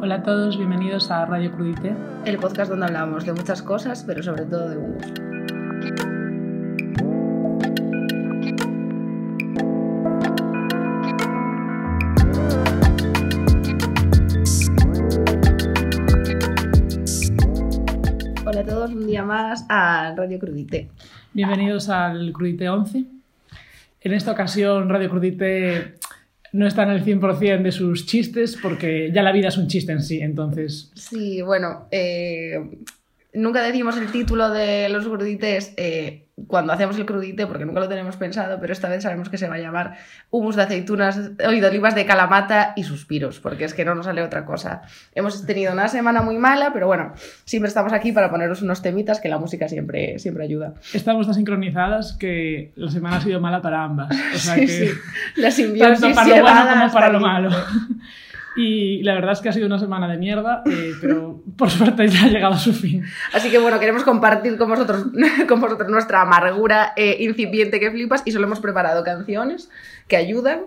Hola a todos, bienvenidos a Radio Crudité. El podcast donde hablamos de muchas cosas, pero sobre todo de hongos. Hola a todos, un día más a Radio Crudité. Bienvenidos al Crudité 11. En esta ocasión, Radio Crudité no está en el 100% de sus chistes porque ya la vida es un chiste en sí, entonces Sí, bueno, eh, nunca decimos el título de los crudites eh, cuando hacemos el crudite porque nunca lo tenemos pensado, pero esta vez sabemos que se va a llamar humus de aceitunas y de olivas de calamata y suspiros, porque es que no nos sale otra cosa. Hemos tenido una semana muy mala, pero bueno, siempre estamos aquí para poneros unos temitas que la música siempre, siempre ayuda. estamos tan sincronizadas que la semana ha sido mala para ambas. O sea que... Sí, sí. La simbiosis tanto para lo bueno llevada como hasta para lo aquí. malo. Y la verdad es que ha sido una semana de mierda, eh, pero por suerte ya ha llegado a su fin. Así que bueno, queremos compartir con vosotros, con vosotros nuestra amargura eh, incipiente que flipas y solo hemos preparado canciones que ayudan.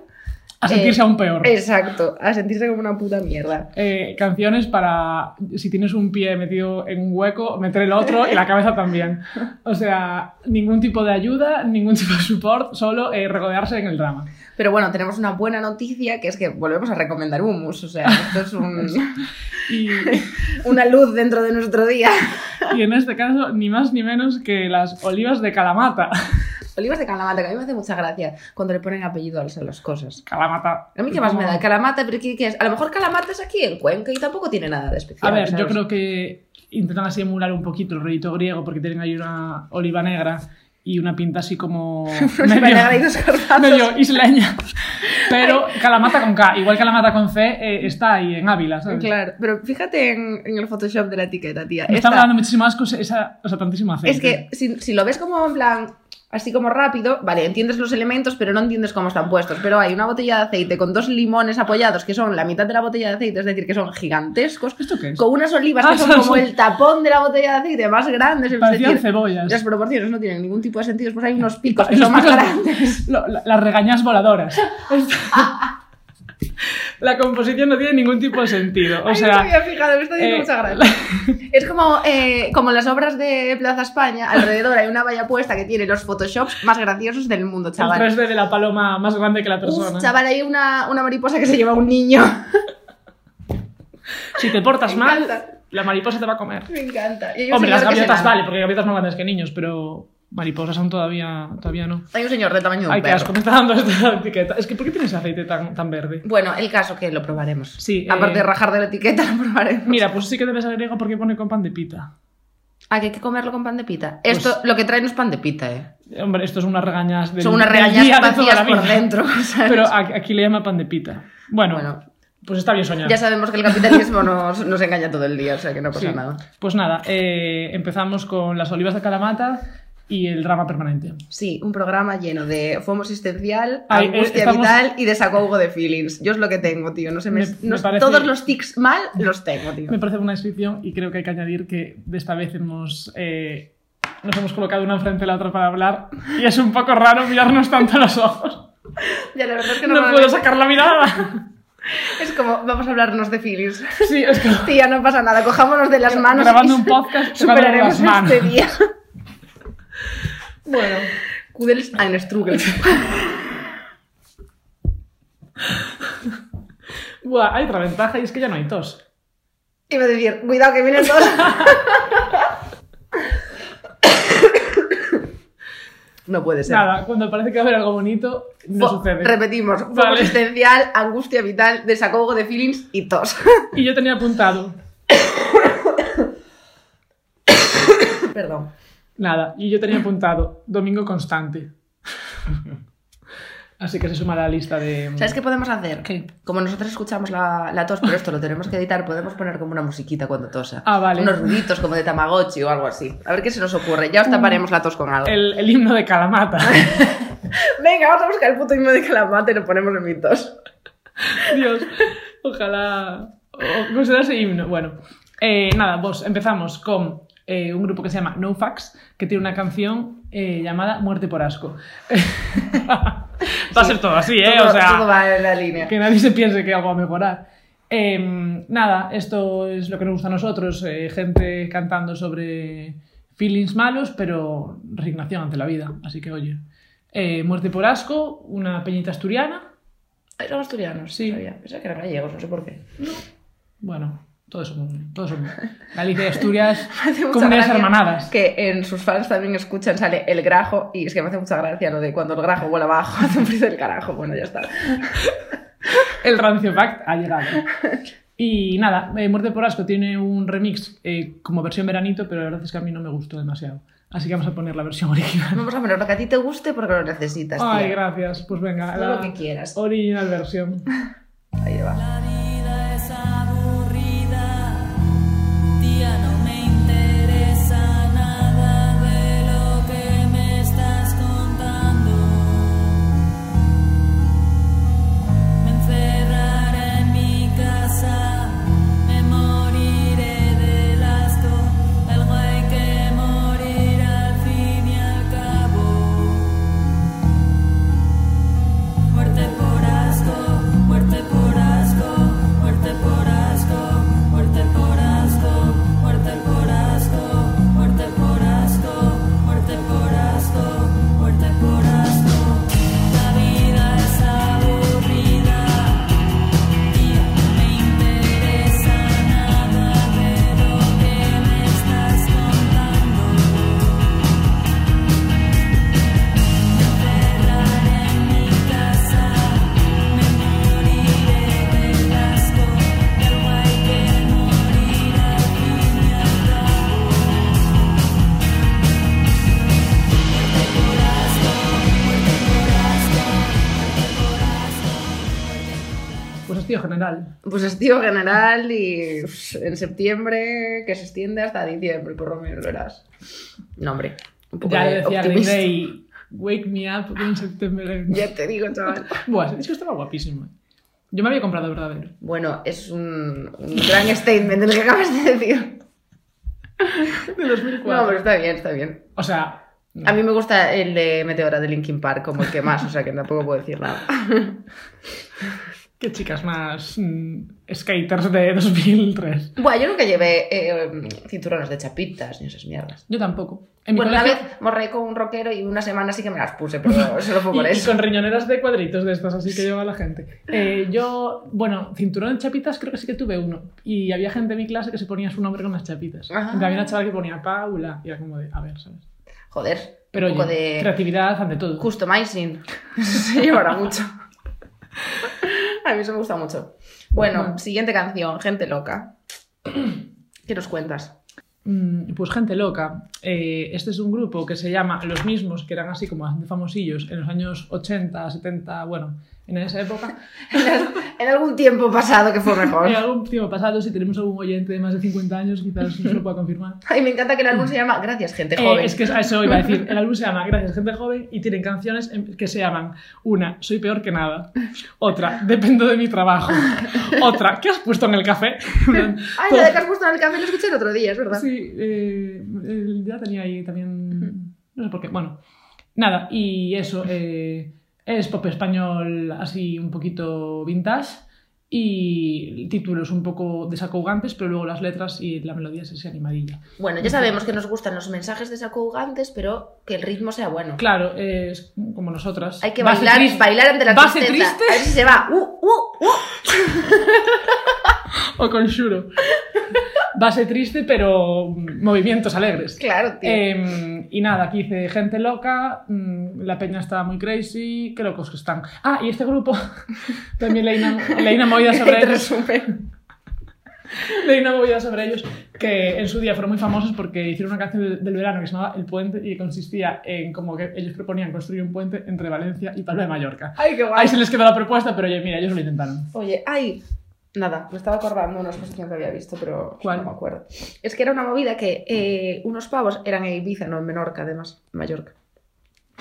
A sentirse Eh, aún peor. Exacto, a sentirse como una puta mierda. Eh, canciones para si tienes un pie metido en un hueco, meter el otro y la cabeza también. O sea, ningún tipo de ayuda, ningún tipo de support, solo eh, regodearse en el drama. Pero bueno, tenemos una buena noticia que es que volvemos a recomendar hummus. O sea, esto es un- Y, una luz dentro de nuestro día. y en este caso, ni más ni menos que las olivas de Calamata. Olivas de calamata, que a mí me hace mucha gracia cuando le ponen apellido a las- a las cosas. Calamata. A mí qué más me Como- da calamata, pero ¿qué, qué es? A lo mejor calamata es aquí en Cuenca y tampoco tiene nada de A especial. ver, yo ¿sabes? creo que intentan así emular un poquito el rollito griego porque tienen ahí una oliva negra y una pinta así como Se van a dar ahí medio, dos garbanzos. medio Ah, isleña. Pero Calamata con K, igual Calamata con C, eh, está ahí en Ávila, ¿sabes? Claro, pero fíjate en, en el Photoshop de la etiqueta, tía. Me Esta- están dando muchísimas cosas, esa, o sea, tantísimo aceite. es que si, si lo ves como en plan, así como rápido, vale, entiendes los elementos, pero no entiendes cómo están puestos. Pero hay una botella de aceite con dos limones apoyados, que son la mitad de la botella de aceite, es decir, que son gigantescos, ¿Esto qué es? con unas olivas Ah, que son son- como el tapón de la botella de aceite más grandes. Es Parecían decir, cebollas. las proporciones no tienen ningún tipo de sentido, pues hay unos picos que Los son más picos- grandes. lo- la- las regañas voladoras. la composición no tiene ningún tipo de sentido. O Ay, no sea, me había fijado, me está haciendo eh, mucha gracia. Es como, eh, como las obras de Plaza España, alrededor hay una valla puesta que tiene los photoshops más graciosos del mundo, el chaval. 3D de la paloma más grande que la persona. Uf, chaval, hay una, una mariposa que se lleva a un niño. si te portas Me mal, encanta. la mariposa te va a comer. Me encanta. Y hay un Hombre, señor las que se gaviotas lanza. vale, porque gaviotas más grandes que niños, pero mariposas aún todavía, todavía no. Hay un señor de tamaño de un Ay, qué perro. asco, me está dando esta etiqueta. Es que, ¿por qué tienes aceite tan, tan verde? Bueno, el caso que lo probaremos. Sí, Aparte eh, de rajar de la etiqueta, lo probaremos. Mira, pues sí que debes ser griego porque pone con pan de pita. Ah, que hay que comerlo con pan de pita. Pues- Esto, lo que trae no es pan de pita, eh. Hombre, esto es unas regañas del, Son unas del regañas día de toda vacías la vida. por dentro. ¿sabes? Pero a- aquí le llama pan de pita. Bueno, Bueno. pues está bien soñar. Ya sabemos que el capitalismo nos, nos engaña todo el día, o sea que no pasa Sí. nada. Pues nada, eh, empezamos con las olivas de calamata y el drama permanente. Sí, un programa lleno de FOMO existencial, Ay, eh, angustia estamos- vital y desahogo de feelings. Yo es lo que tengo, tío. No se me, Me- me no- parece- Todos los tics mal los tengo, tío. Me parece una descripción y creo que hay que añadir que de esta vez hemos, eh, nos hemos colocado una enfrente de la otra para hablar y es un poco raro mirarnos tanto a los ojos. Ya, la verdad es que No normalmente puedo sacar la mirada. es como, vamos a hablarnos de feelings. Sí, es como Tía, no pasa nada, cojámonos de las manos grabando y un podcast tocando con superaremos las manos. este día. Bueno, Kudels and Strugels. Buah, hay otra ventaja y es que ya no hay tos. Iba a decir, cuidado que vienen todos. No puede ser. Nada, cuando parece que va a haber algo bonito, no Fo- sucede. Repetimos, foco Vale. existencial, angustia vital, desahogo de feelings y tos. Y yo tenía apuntado. Perdón. Nada, y yo tenía apuntado domingo constante. Así que se suma a la lista de. ¿Sabes qué podemos hacer? ¿Qué? Como nosotros escuchamos la, la tos, pero esto lo tenemos que editar, podemos poner como una musiquita cuando tosa. Ah, vale. Unos ruiditos como de Tamagotchi o algo así. A ver qué se nos ocurre. Ya os taparemos la tos con algo. Mm. El, el himno de Calamata. Venga, vamos a buscar el puto himno de Calamate y lo ponemos en mi tos. Dios, ojalá. O, ¿Cómo será ese himno? Bueno, eh, nada, vos empezamos con eh, un grupo que se llama No Facts, que tiene una canción eh, llamada Muerte por Asco. Va a ser todo así, ¿eh? todo, o sea, todo va en la línea. que nadie se piense que algo va a mejorar. Em, nada, esto es lo que nos gusta a nosotros, eh, gente cantando sobre feelings malos, pero resignación ante la vida. Así que, oye, eh, muerte por asco, una peñita asturiana, Ay, son asturianos, Sí. sí. Sabía. Pensaba que eran gallegos, no sé por qué. bueno, todos son, todos son Galicia y Asturias, Me hace mucha comunidades gracia hermanadas. Que en sus fans también escuchan, sale el grajo, y es que me hace mucha gracia lo de cuando el grajo vuela abajo, hace un frío del carajo. Bueno, ya está. El Rancio Fact ha llegado. Y nada, eh, Muerte por Asco tiene un remix eh, como versión veranito, pero la verdad es que a mí no me gustó demasiado. Así que vamos a poner la versión original. Vamos a poner lo que a ti te guste porque lo necesitas. tía. Ay, gracias. Pues venga, Todo la lo que quieras. original versión. Ahí va. La vida es aburrida, tía, no me interesa nada de lo que me estás contando. Me encerraré en mi casa, me moriré del asco, algo hay que morir al fin y al cabo. Muerte por asco, muerte por asco, muerte por asco, muerte por asco, muerte por asco, muerte por asco, muerte por asco, muerte por asco. La vida es aburrida, tía, no me interesa nada de lo que me estás contando. Encerraré en mi casa, me moriré del asco, pero hay que morir al fin y al cabo. Muerte por asco, muerte por asco, muerte por asco, muerte por asco. Pues tío general. Pues estío general y uff, en septiembre que se extiende hasta diciembre, por lo menos verás. No, hombre, un poco Ya de decía Green optimista. Day, Wake me up en septiembre. Ya te digo, chaval. Buah, es que estaba guapísimo. eh. Yo me había comprado el verdadero. Bueno, es un, un gran statement el que acabas de decir. De 2004. No, pero está bien, está bien. O sea, A mí me gusta el de Meteora de Linkin Park como el que más, o sea que tampoco puedo decir nada. qué chicas más mm, skaters de 2003. Bueno, yo nunca llevé eh, cinturones de chapitas ni esas mierdas. Yo tampoco. En mi bueno, una colegio- vez morré con un rockero y una semana sí que me las puse, pero solo fue por Y, y eso. con riñoneras de cuadritos de estas, así que lleva la gente. Eh, yo, bueno, cinturón de chapitas creo que sí que tuve uno. Y había gente en mi clase que se ponía su nombre con las chapitas. Ah. Había una chaval que ponía Paula y era como de, a ver, ¿sabes? Joder, Pero un poco oye, de... creatividad ante todo. Customizing. Se llevará mucho. A mí eso me gusta mucho. Bueno, siguiente canción, Gente Loca. ¿Qué nos cuentas? Mm, Pues gente loca. Eh, este es un grupo que se llama Los Mismos, que eran así como bastante famosillos en los años 80, 70, bueno, en esa época. En algún tiempo pasado que fue mejor. En algún tiempo pasado, si tenemos algún oyente de más de 50 años, quizás nos lo pueda confirmar. Ay, me encanta que el álbum se llama Gracias, gente Eh, joven. es que a eso iba a decir. El álbum se llama Gracias, gente joven y tienen canciones en- que se llaman una, Soy peor que nada. Otra, Dependo de mi trabajo. Otra, ¿qué has puesto en el café? Ay, la de que has puesto en el café lo escuché el otro día, es verdad. Sí, eh, eh, ya tenía ahí también. No sé por qué. Bueno, nada, y eso. eh, es pop español así un poquito vintage y títulos un poco desacougantes, pero luego las letras y la melodía es así animadilla. Bueno, ya sabemos que nos gustan los mensajes desacougantes, pero que el ritmo sea bueno. Claro, eh, es como nosotras. Hay que Base bailar, triste. bailar ante la Base tristeza. triste. A ver si se va. Uh, uh, uh. O con Shuro. Oh, Base triste, pero mm, movimientos alegres. Claro, tío. Em, y nada, aquí dice gente loca, mm, la peña está muy crazy, qué locos que están. Ah, y este grupo, también leína leína movida sobre Te ellos, resumen. leí una movida sobre ellos, que en su día fueron muy famosos porque hicieron una canción del- del verano que se llamaba El Puente y consistía en como que ellos proponían construir un puente entre Valencia y Palma de Mallorca. Ay, qué Ahí se les quedó la propuesta, pero oye, mira, ellos lo intentaron. Oye, ay, nada, me estaba acordando de una exposición que había visto, pero ¿Cuál? no me acuerdo. Es que era una movida que eh, unos pavos eran en Ibiza, no en Menorca, además, en Mallorca,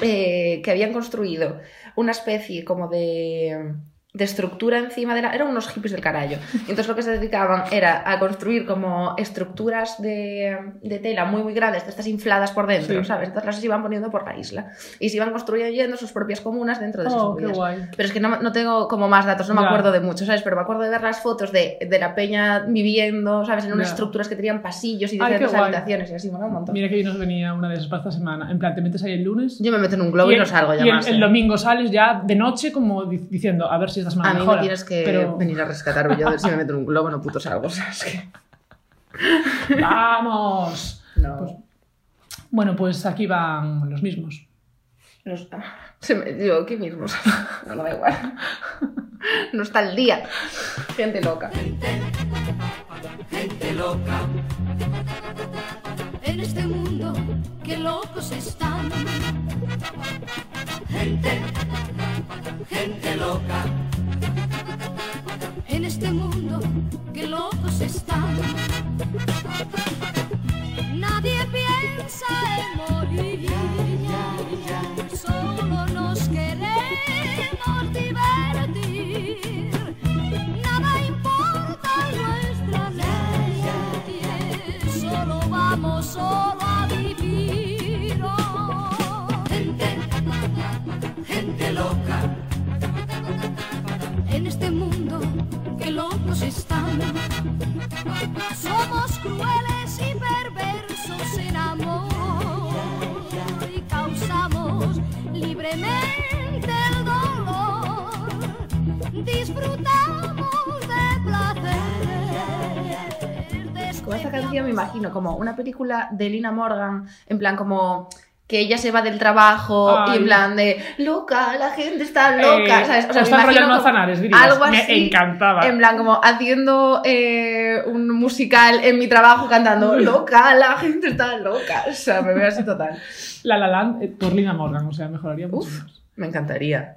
eh, que habían construido una especie como de de estructura encima de la... Eran unos hippies del carallo. Y Entonces lo que se dedicaban era a construir como estructuras de, de tela muy, muy grandes, de estas infladas por dentro, Sí. ¿sabes? Entonces las iban poniendo por la isla. Y se iban construyendo sus propias comunas dentro de esas Oh, qué movidas. guay. Pero es que no, no tengo como más datos, no me Ya. acuerdo de mucho, ¿sabes? Pero me acuerdo de ver las fotos de, de la peña viviendo, ¿sabes? En unas Ya. estructuras que tenían pasillos y Ay, qué diferentes guay. habitaciones y así, mola un montón. Mira que yo nos venía una de esas para esta semana. En plan, te metes ahí el lunes. Yo me meto en un globo y, el- no salgo ya y el, más. el ¿eh? domingo sales ya de noche como di- diciendo, a ver si esta semana A mí me mejora. tienes que Pero, venir a rescatarme yo de si me meto en un globo, no puto salgo, ¿sabes? Que- ¡vamos! No. Pues- Bueno, pues aquí van los mismos. Los- ah, se me dio aquí mismo. No, no da igual. No está el día. Gente loca. en este mundo que locos están. gente loca, En este mundo que locos están. Nadie piensa en morir. Solo nos queremos divertir. Nada importa nuestra ley. Solo vamos solo a vivir. oh. gente loca, en este mundo que locos están. Somos crueles y perversos en amor y causamos libremente el dolor. Disfrutamos de placer. de Con esta canción me despreciamos imagino como una película de Lina Morgan, en plan como que ella se va del trabajo y Ay. en plan de loca, la gente está loca, Eh, ¿sabes? O o sea, sea, me rollo imagino como Manzanares, dirías. algo Me así, encantaba. En plan como haciendo eh, un musical en mi trabajo cantando loca, la gente está loca, o sea, me veo así total. La La Land eh, por Lina Morgan, o sea, mejoraría mucho Uf. más. Me encantaría.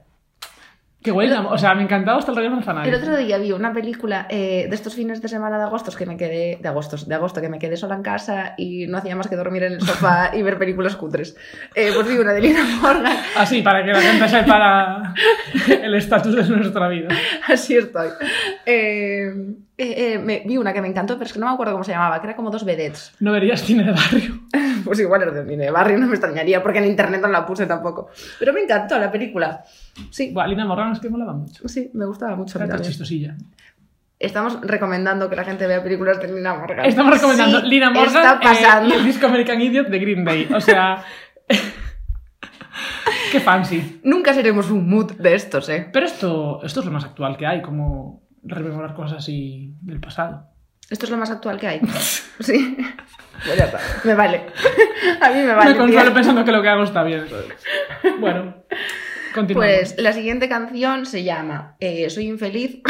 Qué guay, Lina- o sea, me encantaba hasta el rollo El manzanares. otro día vi una película eh, de estos fines de semana de agosto que me quedé de agosto, de agosto que me quedé sola en casa y no hacía más que dormir en el sofá y ver películas cutres. Eh, pues vi una de Lina Morgan, Así, para que la gente sepa la- el estatus de nuestra vida. así estoy. Eh, eh, eh, me- vi una que me encantó, pero es que no me acuerdo cómo se llamaba, que era como dos vedettes. No verías cine de barrio. Pues igual era de cine de barrio, no me extrañaría porque en internet no la puse tampoco. Pero me encantó la película. Sí, Buah, Lina Morgan es que molaba mucho. sí, me gustaba mucho. a mí Era también. chistosilla. Estamos recomendando que la gente vea películas de Lina Morgan. Estamos recomendando Sí, Lina Morgan Está eh, pasando. y el disco American Idiot de Green Day. O sea, qué fancy. Nunca seremos un mood de estos, ¿eh? Pero esto, esto es lo más actual que hay, como rememorar cosas así del pasado. Esto es lo más actual que hay. Sí. Pues ya está. Me vale. A mí me vale. Me consuelo tía. pensando que lo que hago está bien. Bueno, continuamos. Pues la siguiente canción se llama eh, Soy infeliz.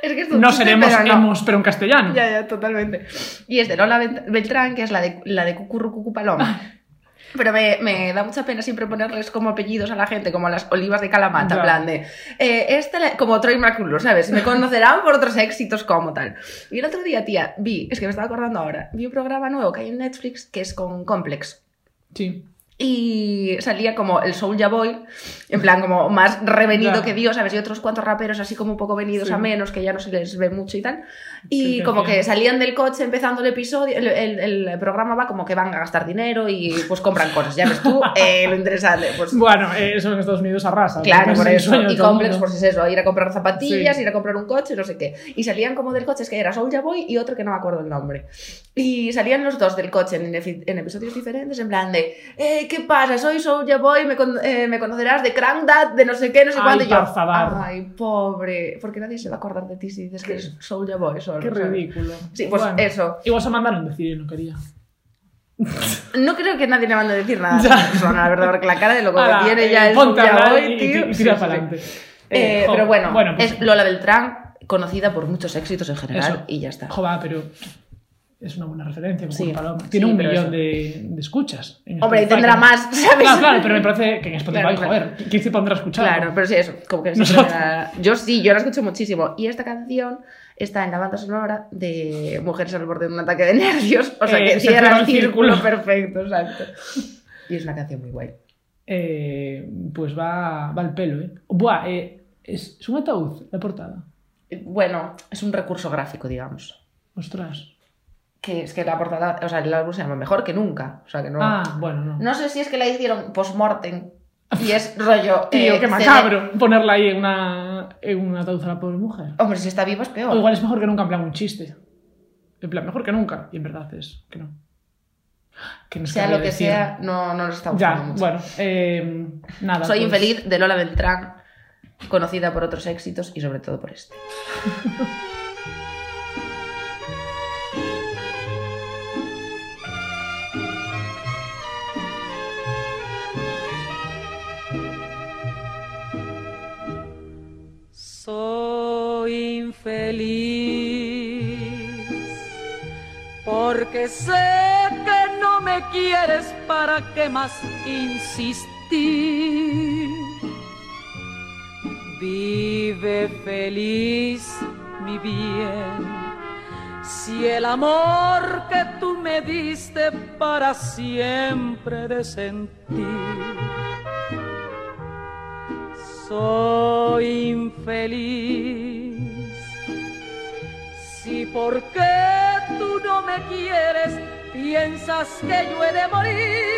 es que esto no seremos pero no. hemos, pero en castellano. Ya, ya, totalmente. Y es de Lola Bent- Beltrán, que es la de, la de Cucurru Cucu Paloma. Ah. Pero me, me da mucha pena siempre ponerles como apellidos a la gente, como las olivas de Ya. Calamata, en plan de. eh, esta la- como Troy McClure, ¿sabes? Me conocerán por otros éxitos como tal. Y el otro día, tía, vi, es que me estaba acordando ahora, vi un programa nuevo que hay en Netflix que es con Complex. Sí. Y salía como el Soulja Boy, en plan como más revenido Ya. que Dios, ¿sabes? Y otros cuantos raperos así como un poco venidos Sí. a menos, que ya no se les ve mucho y tal. Sí, Y te como entiendo. que salían del coche empezando el episodio, el, el- el programa va como que van a gastar dinero y pues compran cosas, ya ves tú, eh, lo interesante. Pues Bueno, eh, eso en Estados Unidos arrasa. Claro, porque por es el eso. Pues sueño de Y todo el complex, mundo. pues es eso, ir a comprar zapatillas, Sí. ir a comprar un coche, no sé qué. Y salían como del coche, es que era Soulja Boy y otro que no me acuerdo el nombre. Y salían los dos del coche en, efi- en episodios diferentes, en plan de, eh, ¿qué pasa? Soy Soulja Boy, me, con- eh, me conocerás de Crank Dad, de no sé qué, no sé Ay, cuándo. Y yo, por favor. ay, pobre, porque nadie se va a acordar de ti si dices que eres Soulja Boy solo. Qué ¿sabes? ridículo. Sí, pues Bueno. eso. Igual se mandaron decir y no quería. No creo que nadie le mande a decir nada a Ya. esa persona, la verdad, porque la cara de loco que Ala, tiene eh, ya el ponte a Soulja hablar Boy, y- tío. y Sí, tira para sí, sí. adelante. Eh, Eh, jo, pero bueno, pues es Lola Beltrán, conocida por muchos éxitos en general, eso. y ya está. Jo, va, pero es una buena referencia. como Sí. Juan Paloma. Sí, Tiene un pero millón eso. de, de escuchas. en Hombre, y Spotify, tendrá ¿no? más, ¿sabes? Claro, claro, pero me parece que en Spotify, Claro, claro. joder, ¿quién se pondrá a escuchar? Claro, pero sí, eso, como que Nosotros. siempre me la- Yo sí, yo la escucho muchísimo. Y esta canción está en la banda sonora de Mujeres al borde de un ataque de nervios, o sea, Eh, que se cierra cierra el el círculo círculo. perfecto, exacto. Y es una canción muy guay. eh, pues va, va al pelo, ¿eh? Buah, eh, es, es un ataúd la portada. Bueno, es un recurso gráfico, digamos. Ostras. Que es que la portada, o sea, el álbum se llama Mejor que Nunca. O sea, que no. Ah, bueno, no. No sé si es que la hicieron post-mortem y es rollo. Tío, eh, qué CD. macabro ponerla ahí en una, en un ataúd a la pobre mujer. Hombre, si está vivo es peor. O igual es mejor que nunca, en plan un chiste. En plan, mejor que nunca. Y en verdad es que no. Que no sea sabría lo que decir. sea, no, no lo está Ya, gustando mucho. bueno, eh, nada. Soy pues, infeliz de Lola Beltrán, conocida por otros éxitos y sobre todo por este. Soy infeliz porque sé que no me quieres para qué más insistir. Vive feliz, mi bien. Si el amor que tú me diste para siempre de sentir soy infeliz. Si porque tú no me quieres, piensas que yo he de morir.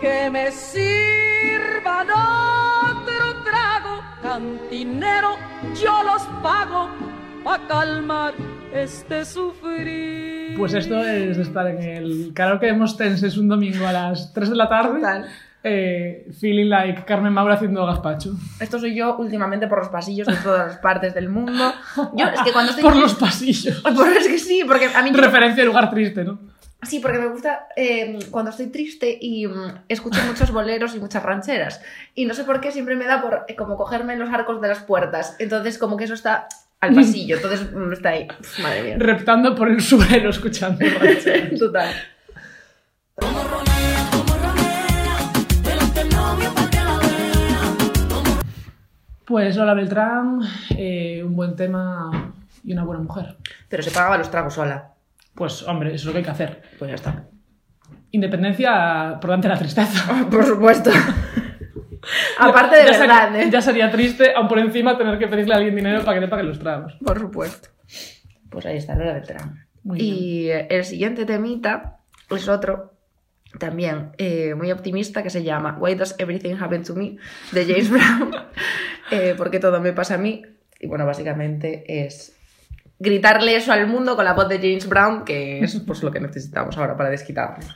Que me sirvan otro trago, cantinero, yo los pago para calmar este sufrir. Pues esto es estar en el karaoke de Mostenses un domingo a las 3 de la tarde. Total. eh, feeling like Carmen Maura haciendo gazpacho. Esto soy yo últimamente por los pasillos de todas las partes del mundo. Yo es que cuando estoy. Por los pasillos. Por- es que sí, porque a mí. Referencia de lugar triste, ¿no? Sí, porque me gusta eh, cuando estoy triste y mm, escucho muchos boleros y muchas rancheras. Y no sé por qué siempre me da por eh, como cogerme los arcos de las puertas. Entonces, como que eso está al pasillo. Entonces, mm, está ahí. Pf, Madre mía. Reptando por el suelo escuchando. ranchera. Total. Como Romeo, como Romeo, delante del novio para que la vea. Pues Lola Beltrán, eh, un buen tema y una buena mujer. Pero se pagaba los tragos sola. Pues hombre, eso es lo que hay que hacer. Pues ya está. Independencia por delante de la tristeza. Por supuesto. Aparte de Ya sería- verdad, ¿eh? Ya sería triste, aún por encima, tener que pedirle a alguien dinero para que le pague los tragos. Por supuesto. Pues ahí está Lola Beltrán. Muy y eh, el siguiente temita es otro también eh, muy optimista que se llama Why Does Everything Happen to Me de James Brown. Eh, porque todo me pasa a mí. Y bueno, básicamente es gritarle eso al mundo con la voz de James Brown, que es pues, lo que necesitamos ahora para desquitarnos.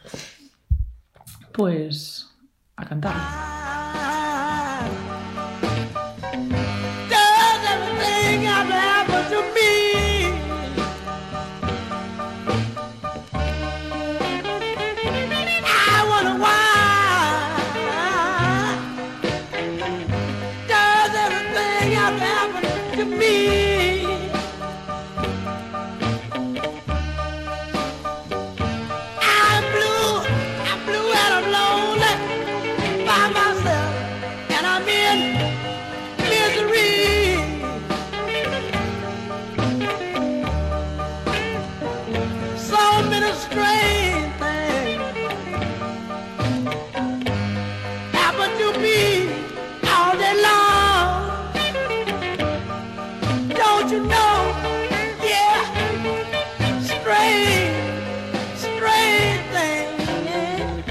Pues a cantar. does everything I've ever to me. I wonder why does everything I've ever to me. I'm blue, I'm blue and I'm lonely by myself, and I'm in misery. So many strange things happen to me all day long. Don't you know? Yeah, strange, strange things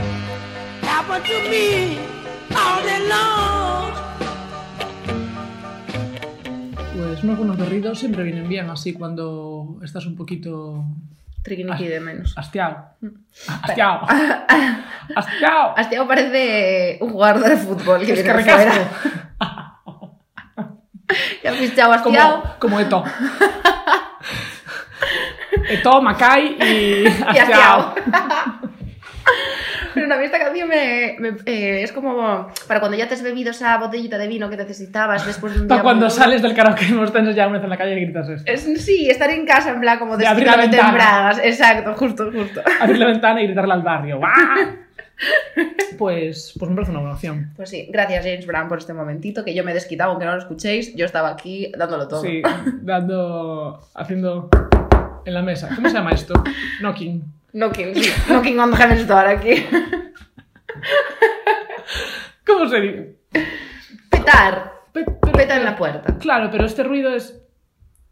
happen to me all day long. Pues unos buenos berridos siempre vienen bien así cuando estás un poquito Triquiniqui de menos. hastiado. Mm. Hastiado. Hastiado. Hastiao parece un jugador de fútbol que Es viene que de fuera. recasco. Ya fichado Como, Hastiao. como Eto. Eto, Macay y Y hastiao. Hastiao. Pero no, a mí esta canción me, me- eh, es como para cuando ya te has bebido esa botellita de vino que necesitabas después de un día. Para cuando muy duro. sales del karaoke de Mostenses ya una vez en la calle y gritas esto. Es- sí, estar en casa en plan como De abrir desquitándote la en ventana. bragas. Exacto, justo, justo. Abrir la ventana y gritarle al barrio. ¡guau! Pues, pues me parece una buena opción. Pues sí, gracias James Brown por este momentito que yo me he desquitado, aunque no lo escuchéis. Yo estaba aquí dándolo todo. Sí, dando, haciendo en la mesa. ¿Cómo se llama esto? Knocking. Knocking, sí. Knocking on Heaven's Door aquí. ¿Cómo se dice? Petar. Pe- pero- Peta en la puerta. Claro, pero este ruido es.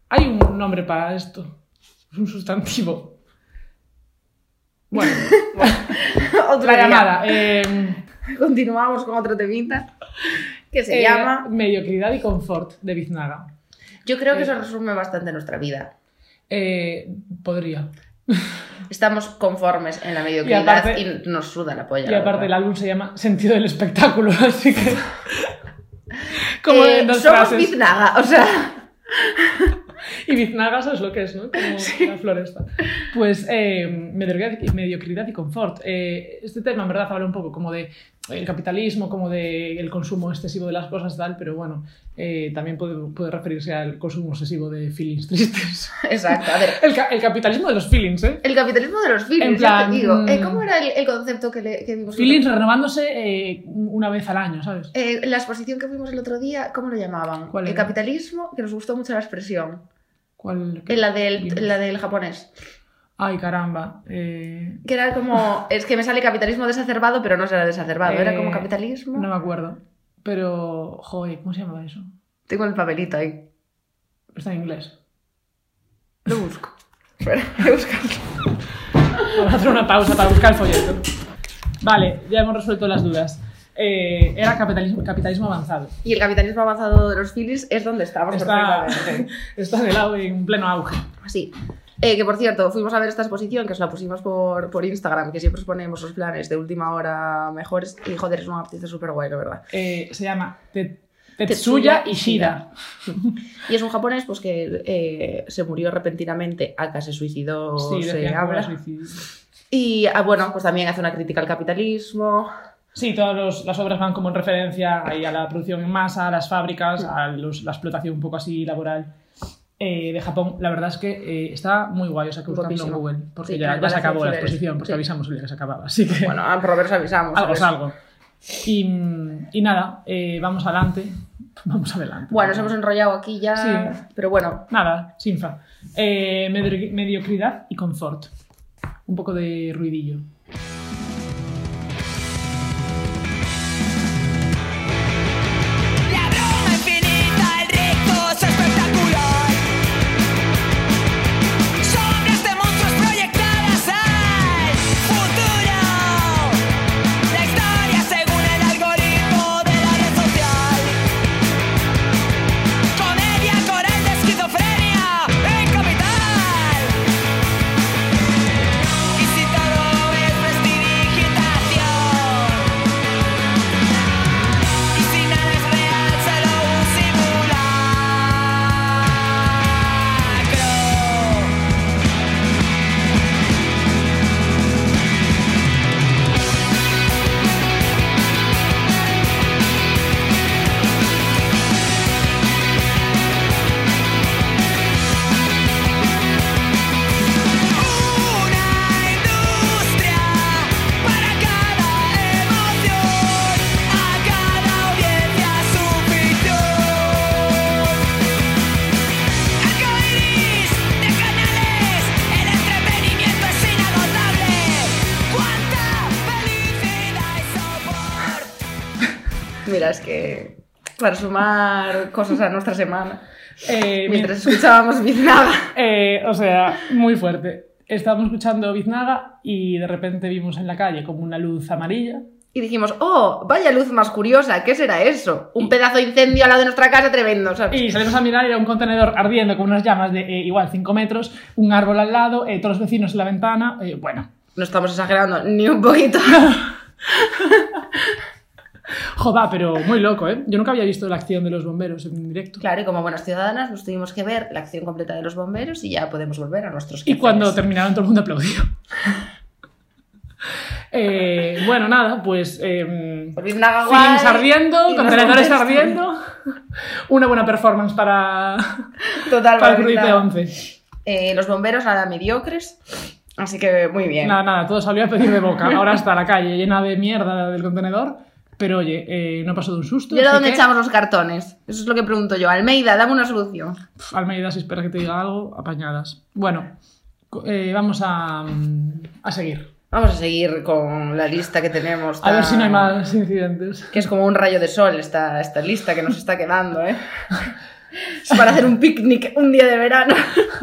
Hay un nombre para esto. Es un sustantivo. Bueno, Otro la día. llamada. eh, Continuamos con otro temita que se eh, llama... Mediocridad y confort de Biznaga. Yo creo que eso resume bastante nuestra vida. Eh, podría. Estamos conformes en la mediocridad y, aparte- nos suda la polla. Y la aparte el verdad. álbum se llama Sentido del espectáculo, así que... Como Eh, en dos somos frases. biznaga, o sea... Y biznagas es lo que es, ¿no? Como la floresta. Pues eh, mediocridad, y- mediocridad y confort. Eh, este tema, en verdad, habla un poco como de el capitalismo, como de el consumo excesivo de las cosas, tal, pero bueno, eh, también puede, puede referirse al consumo excesivo de feelings tristes. Exacto, a ver. El, ca- el capitalismo de los feelings, ¿eh? El capitalismo de los En feelings, ya plan, te digo. Eh, mm. ¿Cómo era el, el concepto que, le- que vimos? el Feelings renovándose eh, una vez al año, ¿sabes? Eh, la exposición que fuimos el otro día, ¿cómo lo llamaban? ¿Cuál el era? capitalismo, que nos gustó mucho la expresión. ¿Cuál? Eh, La Vimos. del, la del japonés. Ay, caramba. Eh, Que era como. Es que me sale capitalismo desacerbado, pero no será desacerbado. era Eh, como capitalismo. no me acuerdo. Pero, joder, ¿cómo se llamaba eso? Tengo el papelito ahí. Está en inglés. Lo busco. Espera, voy a buscarlo. Vamos a hacer una pausa para buscar el folleto. Vale, ya hemos resuelto las dudas. Eh, era capitalismo, capitalismo avanzado. Y el capitalismo avanzado de los feelings es donde estamos Está, perfectamente. está de lado en pleno auge. Sí. Eh, que por cierto, fuimos a ver esta exposición que os la pusimos por, por Instagram, que siempre os ponemos los planes de última hora mejores. Y joder, es un artista súper guay, la verdad. Eh, se llama Te- Tetsuya Tetsuya Ishida. Y es un japonés pues que eh, se murió repentinamente, acá se suicidó, Sí, se decían que era habla. suicidio. Y ah, bueno, pues también hace una crítica al capitalismo. Sí, todas los- las obras van como en referencia ahí a la producción en masa, a las fábricas, a los- la explotación un poco así laboral eh, de Japón. La verdad es que eh, está muy guay, o sea que buscadlo en Guapísimo. Google, porque Sí, en ya, el ya se Palacio acabó la Ciberes. exposición, porque Sí. avisamos el día que se acababa. Así que Bueno, a por os avisamos. pues. algo es ¿sabes? algo. Y, mm, y nada, eh, vamos adelante. Vamos adelante. Bueno, nos hemos enrollado aquí ya, Sí. pero bueno, Nada, sinfa. Eh, medri- mediocridad y confort. Un poco de ruidillo. La broma infinita, el recurso espectacular. Sombras de monstruos proyectadas al futuro. La historia según el algoritmo de la red social. Comedia coral de esquizofrenia en capital. Y si todo es prestidigitación. Y si nada es real, solo un simulacro. Una industria para cada emoción, a cada audiencia su ficción. Arcoiris de canales, el entretenimiento es inagotable. ¡Cuánta felicidad y soporte! mira, es que para sumar cosas a nuestra semana, Eh, mientras escuchábamos Biznaga. Eh, o sea, muy fuerte. Estábamos escuchando Biznaga y de repente vimos en la calle como una luz amarilla. Y dijimos, oh, vaya luz más curiosa, ¿qué será eso? Un pedazo de incendio al lado de nuestra casa tremendo, ¿sabes? Y salimos a mirar y era un contenedor ardiendo con unas llamas de eh, igual 5 metros, un árbol al lado, eh, todos los vecinos en la ventana. eh, bueno, No estamos exagerando ni un poquito. joda, pero muy loco, ¿eh? Yo nunca había visto la acción de los bomberos en directo. Claro, y como buenas ciudadanas nos tuvimos que ver la acción completa de los bomberos y ya podemos volver a nuestros Y quehaceres. cuando terminaron todo el mundo aplaudió. Eh, bueno, nada, pues... em, Biznaga guay, Feelings ardiendo, y los contenedores bomberos ardiendo. Una buena performance para, Total, para el la Crudite verdad. 11. Eh, los bomberos nada mediocres, así que muy bien. Nada, nada, todo salió a pedir de boca. Ahora está la calle llena de mierda del contenedor. Pero oye, eh, no pasó de un susto. ¿Y ahora así dónde que, echamos los cartones? Eso es lo que pregunto yo. Almeida, dame una solución. pf, Almeida, si espera que te diga algo, apañadas. Bueno, co- eh, vamos a, mm, a seguir. Vamos a seguir con la lista que tenemos. A ver si no hay tan- más incidentes. Que es como un rayo de sol esta, esta lista que nos está quedando, ¿eh? Es para hacer un picnic un día de verano.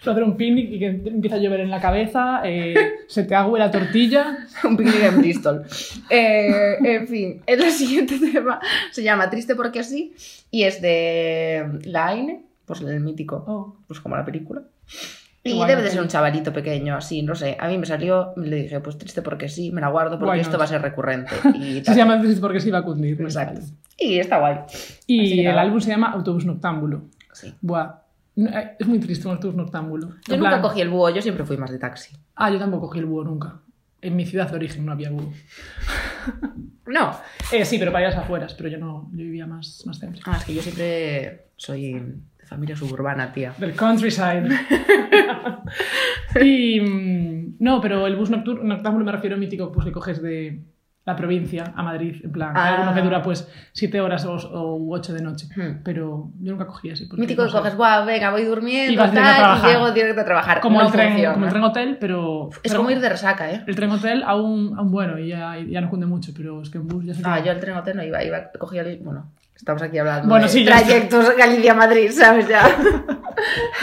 Solo hacer un picnic y que empieza a llover en la cabeza, eh, se te agüe la tortilla. un picnic en Bristol. Eh, en fin, el siguiente tema se llama Triste porque sí y es de la Aine, pues el mítico, Oh, pues como la película. Y Igual, debe de la ser un chavalito pequeño, así, no sé. A mí me salió, le dije, pues triste porque sí, me la guardo porque Why esto not? va a ser recurrente. Y, se tal. llama Triste porque se iba a cundir. no Exacto. sale. y está guay. Así Y que el nada. álbum se llama Autobús Noctámbulo. Sí. Buah. No, eh, Es muy triste un autobús noctámbulo. Yo En nunca plan- cogí el búho, yo siempre fui más de taxi. Ah, yo tampoco cogí el búho nunca. En mi ciudad de origen no había búho. No, Eh, sí, pero para ir a las afueras, pero yo no, yo vivía más, más centro. Ah, es que yo siempre soy de familia suburbana, tía. Del countryside. y. mm, No, pero el bus noctur- noctámbulo me refiero a mítico, pues que coges de la provincia a Madrid, en plan. Ah. hay Alguno que dura pues siete horas o, o ocho de noche. Hmm. Pero yo nunca cogí así. porque Mítico no que sé. coges, guau, venga, voy Y durmiendo, vas directo a tal, y trabajar. llego directo a trabajar. Como, No el tren, funciona. como el tren hotel, pero. Es pero como ir de resaca, ¿eh? El tren hotel aún, aún bueno, y ya, ya no cunde mucho, pero es que en bus ya se Ah, te- yo al tren hotel no iba, iba, cogía el... Bueno, estamos aquí hablando Bueno, de sí, ya trayectos Galicia-Madrid, ¿sabes? Ya.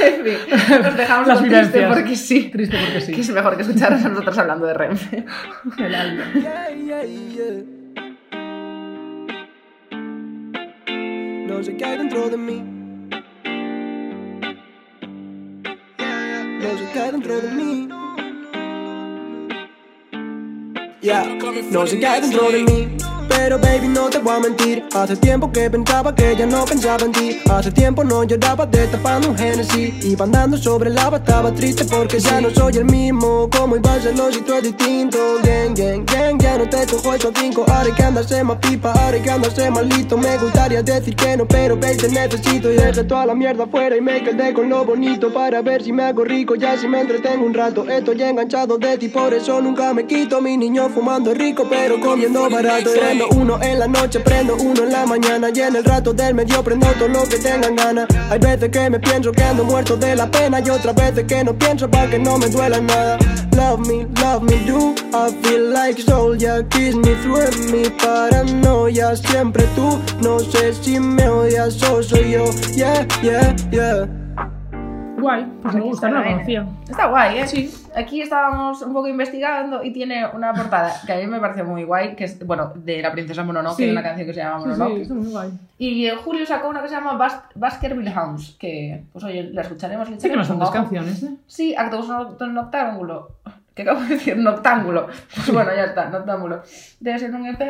en fin, nos dejamos Las con triste vivencias. porque sí. Triste porque sí. Que es mejor que escucharos a nosotros hablando de Renfe. El alma. Yeah, yeah, yeah. No sé qué hay dentro de mí. No sé qué hay dentro de mí. Yeah. No sé qué hay dentro de mí. Pero baby, no te voy a mentir. Hace tiempo que pensaba que ya no pensaba en ti. Hace tiempo no lloraba destapando un Genesis. Iba andando sobre la estaba triste porque ya no soy el mismo. Como iba a serlo si tú eres distinto. Gang, gang, gang, ya no te cojo esos cinco. Ahora hay que andarse más pipa, ahora hay que andarse más listo. Me gustaría decir que no, pero baby, te necesito. Y dejé toda la mierda afuera y me quedé con lo bonito. Para ver si me hago rico, ya si me entretengo un rato. Estoy enganchado de ti, por eso nunca me quito. Mi niño fumando es rico, pero comiendo barato. Y Prendo uno en la noche, prendo uno en la mañana. Y en el rato del medio prendo todo lo que tengan ganas. Hay veces que me pienso que ando muerto de la pena. Y otras veces que no pienso para que no me duela nada. Love me, love me, do. I feel like soldier, kiss me through mi paranoia. Siempre tú, no sé si me odias o soy yo. Yeah, yeah, yeah. Guay, pues me Aquí gusta, está no la la N. conocía. Está guay, ¿eh? Sí. Aquí estábamos un poco investigando y tiene una portada que a mí me parece muy guay, que es, bueno, de la princesa Mononoke, Sí. de una canción que se llama Sí, Mononoke. sí, está muy guay. Y en julio sacó una que se llama Bas Baskerville Hounds, que, pues oye, la escucharemos, le Tiene echaremos un bastantes ojo. canciones, ¿eh? Sí, Actobus Noct- Noctángulo. Que acabo de decir noctángulo. Pues bueno, ya está, noctángulo. Debe ser un EP.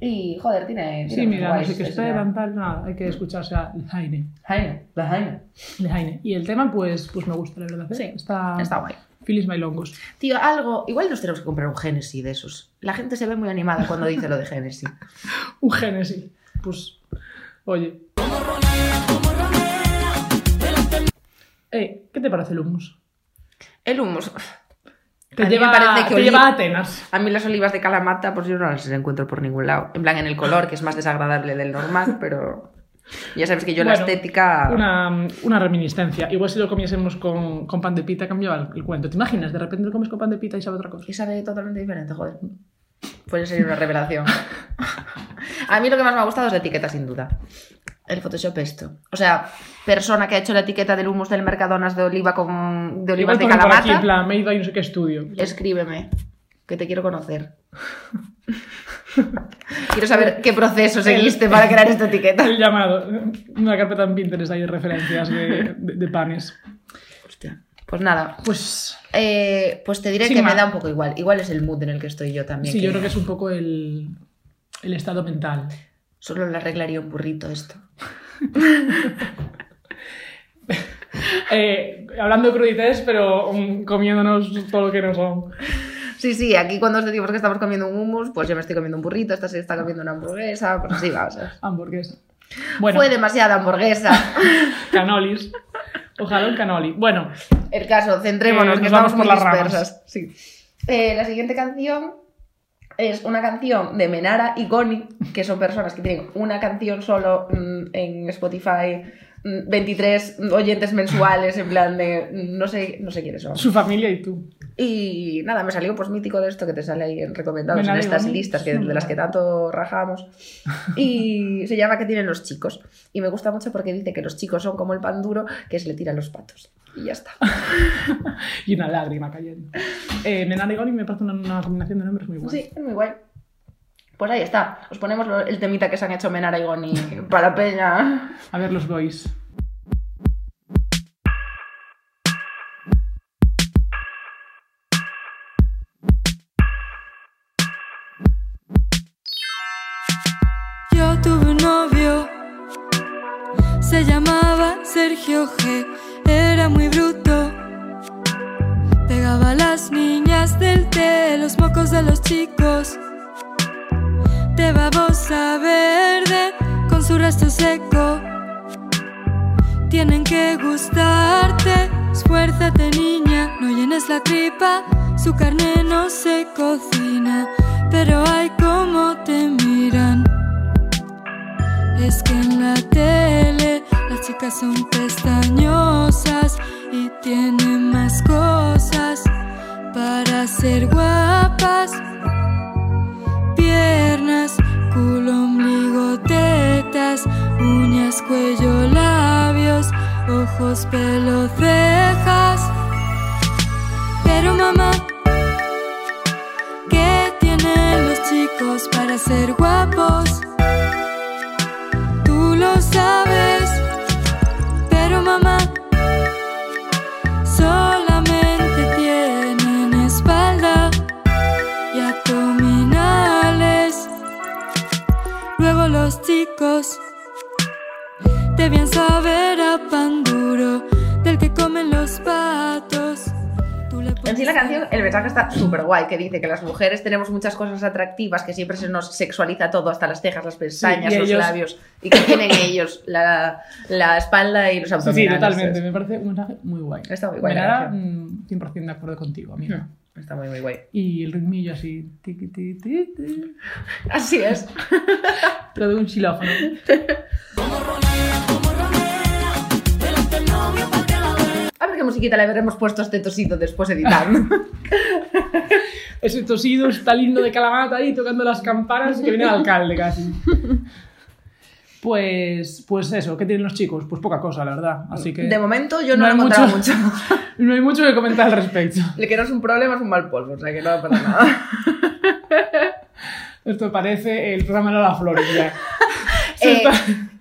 Y joder, tiene. Sí, tiene cosas mira, no guays, sé qué es esperan, una- tal, nada, hay que escucharse a Jaime. Jaina, la Jaina. Jaime. Y el tema, pues, pues me gusta, la verdad. ¿eh? Sí, está. Está guay. Phyllis Bailongos. Tío, algo. Igual nos tenemos que comprar un Genesis de esos. La gente se ve muy animada cuando dice lo de Genesis. Un Génesis. Pues, oye. Eh, ¿Qué te parece el hummus? El humus. Te, A mí lleva, me parece que te olí- lleva a Atenas. A mí las olivas de Calamata, pues yo no las encuentro por ningún lado. En plan, en el color, que es más desagradable del normal, pero. Ya sabes que yo la Bueno, estética. Una, una reminiscencia. Igual si lo comiésemos con, con pan de pita cambiaba el, el cuento. ¿Te imaginas? De repente lo comes con pan de pita y sabe otra cosa. Y sabe totalmente diferente, joder. Puede ser una revelación. A mí lo que más me ha gustado es la etiqueta, sin duda. El Photoshop esto. O sea, persona que ha hecho la etiqueta del humus del Mercadonas de oliva con de olivas Igual de ponen por aquí, en calamata, plan, me he ido a no sé qué estudio. escríbeme, que te quiero conocer. quiero saber qué proceso seguiste para crear esta etiqueta. El llamado. Una carpeta en Pinterest ahí de referencias de, de- de panes. Hostia. Pues nada, Pues eh, pues te diré Sin que más. me da un poco igual. Igual es el mood en el que estoy yo también. sí, yo creo que es un poco el, el estado mental. Solo lo arreglaría un burrito esto. Eh, hablando de crudités, pero mm, comiéndonos todo lo que nos son. Sí, sí, aquí cuando os decimos que estamos comiendo un hummus, pues yo me estoy comiendo un burrito, esta se está comiendo una hamburguesa, pues así va. o sea. Hamburguesa. Bueno, Fue demasiada hamburguesa. canolis. Ojalá un canoli. Bueno, El caso, centrémonos, Eh, que nos vamos estamos por muy las ramas. dispersas. Sí. Eh, la siguiente canción es una canción de Menara y Goni, que son personas que tienen una canción solo mm, en Spotify mm, 23 oyentes mensuales en plan de mm, no sé, no sé quiénes son. Su familia y tú. Y nada, me salió pues mítico de esto que te sale ahí en recomendados Me la en digo, estas ¿no? listas que, Es una de las que tanto rajamos. Y se llama ¿Qué tienen los chicos? Y me gusta mucho porque dice que los chicos son como el pan duro que se le tiran los patos. Y ya está. Y una lágrima cayendo. Eh, Menard y Goni me parece una, una combinación de nombres muy buena. Sí, es muy guay. Pues ahí está. Os ponemos lo- el temita que se han hecho Menara y Goni para Peña. A ver los boys. Yo tuve un novio, se llamaba Sergio G. Era muy bruto, pegaba a las niñas del té, los mocos de los chicos. Te babosa verde con su resto seco. Tienen que gustarte, esfuérzate niña, no llenes la tripa, su carne no se cocina, pero hay como te miran. Es que en la tele las chicas son pestañosas y tienen más cosas para ser guapas. Piernas, culo, ombligo, tetas, uñas, cuello, labios, ojos, pelo, cejas. Pero mamá, ¿qué tienen los chicos para ser guapos? tú lo sabes. Pero mamá, solamente tienen espalda y abdominales. Luego los chicos debían saber a pan duro del que comen los patos. Tú le En sí, la pones- canción, el mensaje está súper guay, que dice que las mujeres tenemos muchas cosas atractivas, que siempre se nos sexualiza todo, hasta las cejas, las pestañas, Sí, y los ellos- labios, y que tienen ellos la, la espalda y los Sí, sí, abdominales. totalmente. Me parece un mensaje muy guay. Está muy guay Hmm. la Menara, canción. mm, 100% de acuerdo contigo, amiga. Está muy, muy guay. Y el ritmillo así. tiqui, ti, ti, ti. Así es. Todo de un xilófono. A ver qué musiquita le habremos puesto a este tosito después editando. Ese tosido está lindo de calamata ahí tocando las campanas que viene el alcalde casi. Pues, pues eso, ¿qué tienen los chicos? Pues poca cosa, la verdad. Así que De momento yo No no, lo he hay encontrado mucho. mucho. no hay mucho que comentar al respecto. El que no es un problema es un mal polvo, o sea que no pasa nada. Esto parece el programa de la flor. ya. Se Eh, está-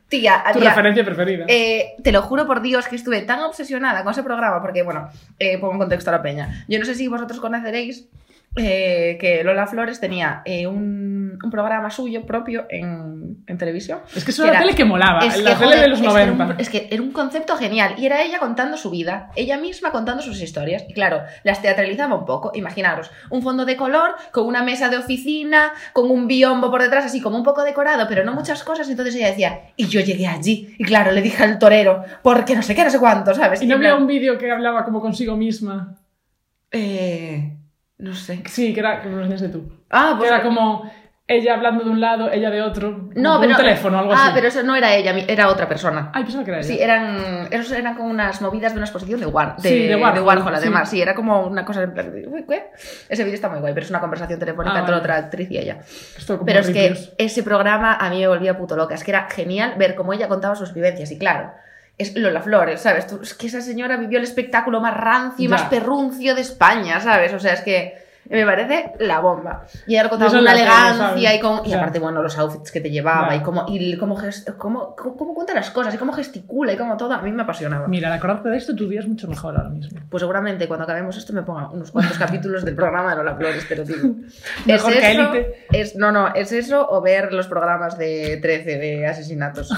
tía, tu había- referencia preferida. Eh, te lo juro por Dios que estuve tan obsesionada con ese programa, porque bueno, eh, pongo en contexto a la peña. Yo no sé si vosotros conoceréis eh, que Lola Flores tenía eh, un, un programa suyo propio en, en televisión. es que es una era- tele que molaba, Es Ah, la tele que, joder, de los es que era un- 90. es que era un concepto genial y era ella contando su vida, ella misma contando sus historias. Y claro, las teatralizaba un poco. Imaginaros, un fondo de color con una mesa de oficina, con un biombo por detrás, así como un poco decorado, pero no muchas cosas. Entonces ella decía, y yo llegué allí. Y claro, le dije al torero, porque no sé qué, no sé cuánto, ¿sabes? Y no en había plan, un vídeo que hablaba como consigo misma. eh, no sé. Sí, que era que me lo enseñaste tú. Ah, Que era como ella hablando de un lado, ella de otro. No, con pero. Un teléfono, algo ah, así. pero eso no era ella, era otra persona. Ay, pensaba que era ella. Sí, eran, esos eran como unas movidas de una exposición de, War, de, Sí, de de Warhol, Warhol, sí. además. Sí. era como una cosa en plan de, uy, ¿qué? Ese vídeo está muy guay, pero es una conversación telefónica Ah, entre vale. otra actriz y ella. Esto como Pero es que ricios. ese programa a mí me volvía puto loca. Es que era genial ver cómo ella contaba sus vivencias. Y claro, es Lola Flores, ¿sabes? Tú- es que esa señora vivió el espectáculo más rancio y Ya. más perruncio de España, ¿sabes? O sea, es que me parece la bomba. Y ella lo contaba Eso con una es la tele, elegancia ¿sabes? y con... Y Ya. aparte, bueno, los outfits que te llevaba Ya. y cómo... Y cómo, gest- cómo, cómo- cómo cuenta las cosas y cómo gesticula y cómo todo. A mí me apasionaba. Mira, al acordarte de esto, tu día es mucho mejor ahora mismo. Pues seguramente cuando acabemos esto me ponga unos cuantos capítulos del programa de Lola Flores, te lo digo. Mejor es que eso, Élite. es- no, no, es eso o ver los programas de 13 de asesinatos.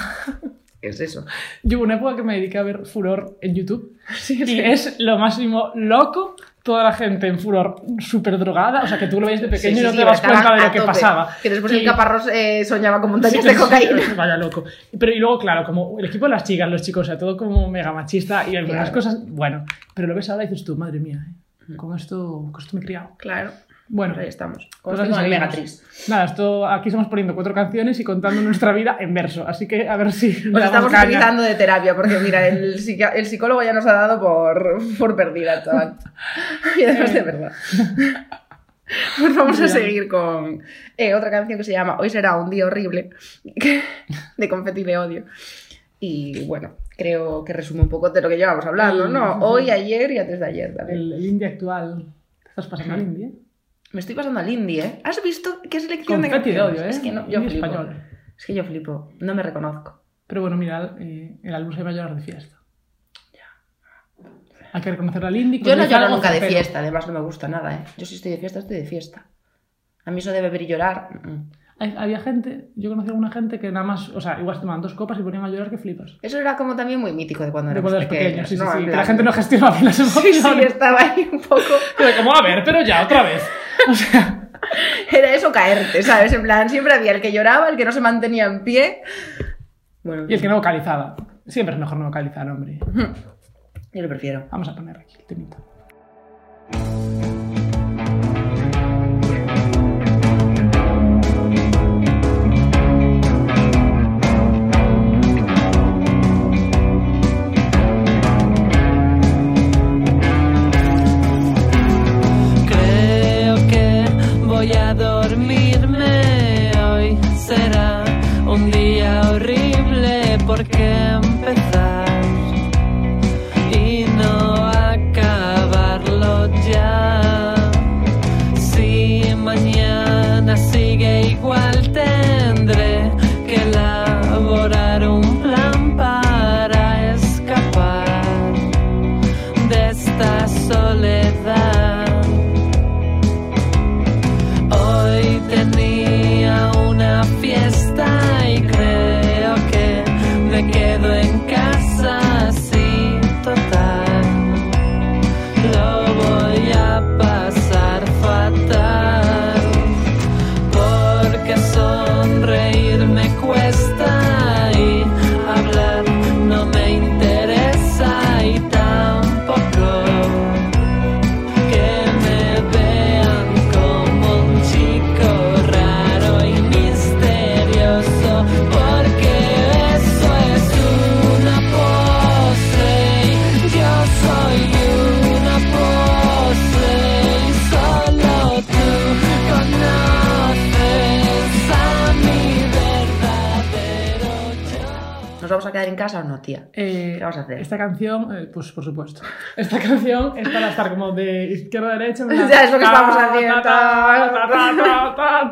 Es eso. Yo hubo una época que me dediqué a ver Furor en YouTube y es lo máximo loco. Toda la gente en furor súper drogada, o sea que tú lo veis de pequeño Sí, y sí, no sí, te das estaban cuenta de a lo que tope. pasaba. Que después Y- el caparrós eh, soñaba con montañas Sí, de sí, cocaína. sí, Vaya loco. Pero y luego, claro, como el equipo de las chicas, los chicos, o sea, todo como mega machista y algunas Claro. cosas. Bueno, pero lo ves ahora y dices tú, madre mía, ¿eh? con, esto, con esto me he criado. Claro. Bueno, Ahí estamos. pues Constando así en seguimos. Megatriz. Nada, esto, aquí estamos poniendo cuatro canciones y contando nuestra vida en verso. Así que a ver si. le Nos damos estamos caña. invitando de terapia porque, mira, el, psiqui- el psicólogo ya nos ha dado por, por perdida, chaval. Y además de verdad. Pues vamos a Bien. seguir con eh, otra canción que se llama Hoy será un día horrible, de confeti de odio. Y bueno, creo que resume un poco de lo que llevamos hablando, ¿no? Hoy, ayer y antes de ayer también. El, el indie actual. ¿Te estás pasando al indie? Me estoy pasando al indie, ¿eh? ¿Has visto qué selección de Confeti de canciones? odio, ¿eh? Es que no, yo Indie flipo. español. Es que yo flipo, no me reconozco. Pero bueno, mira, eh, el álbum se va a llorar de fiesta. Hay que reconocer al indie. Yo no reconocer lloro algo nunca de zapero. fiesta, además no me gusta nada, ¿eh? Yo si estoy de fiesta, estoy de fiesta. A mí eso de beber y llorar... mm. Hay- Había gente, yo conocí a alguna gente que nada más, o sea, igual se tomaban dos copas y ponían a llorar que flipas. Eso era como también muy mítico de cuando De éramos cuando eras pequeño, pequeños. sí, sí, pues ¿no? sí. En Que la plan- gente no gestiona bien las Sí, emociones. sí, estaba ahí un poco... Era como, a ver, pero ya, otra vez. O sea, Era eso caerte, ¿sabes? En plan, siempre había el que lloraba, el que no se mantenía en pie. Bueno, y el que no vocalizaba. Siempre es mejor no vocalizar, hombre. yo lo prefiero. Vamos a poner aquí el temita. Creo que voy a dormirme hoy. Será un día horrible porque empezar y no acabarlo ya. Si mañana sigue igual tendré que elaborar un plan para escapar de esta soledad. Hoy tenía una fiesta y creo que me quedo en casa así total. Lo voy a pasar fatal porque sonreír me cuesta y hablar no me interesa y tampoco que me vean como un chico raro y misterioso, porque eso es una pose. y Yo soy una pose, y solo tú conoces a mi verdadero yo. ¿Nos vamos a quedar en casa o no, tía? Eh, ¿Qué vamos a hacer? Esta canción, eh, pues por supuesto. Esta canción es para estar como de izquierda a derecha. en plan, Ya, es lo que ta, estamos ta, haciendo. ta, ta, ta, ta, ta.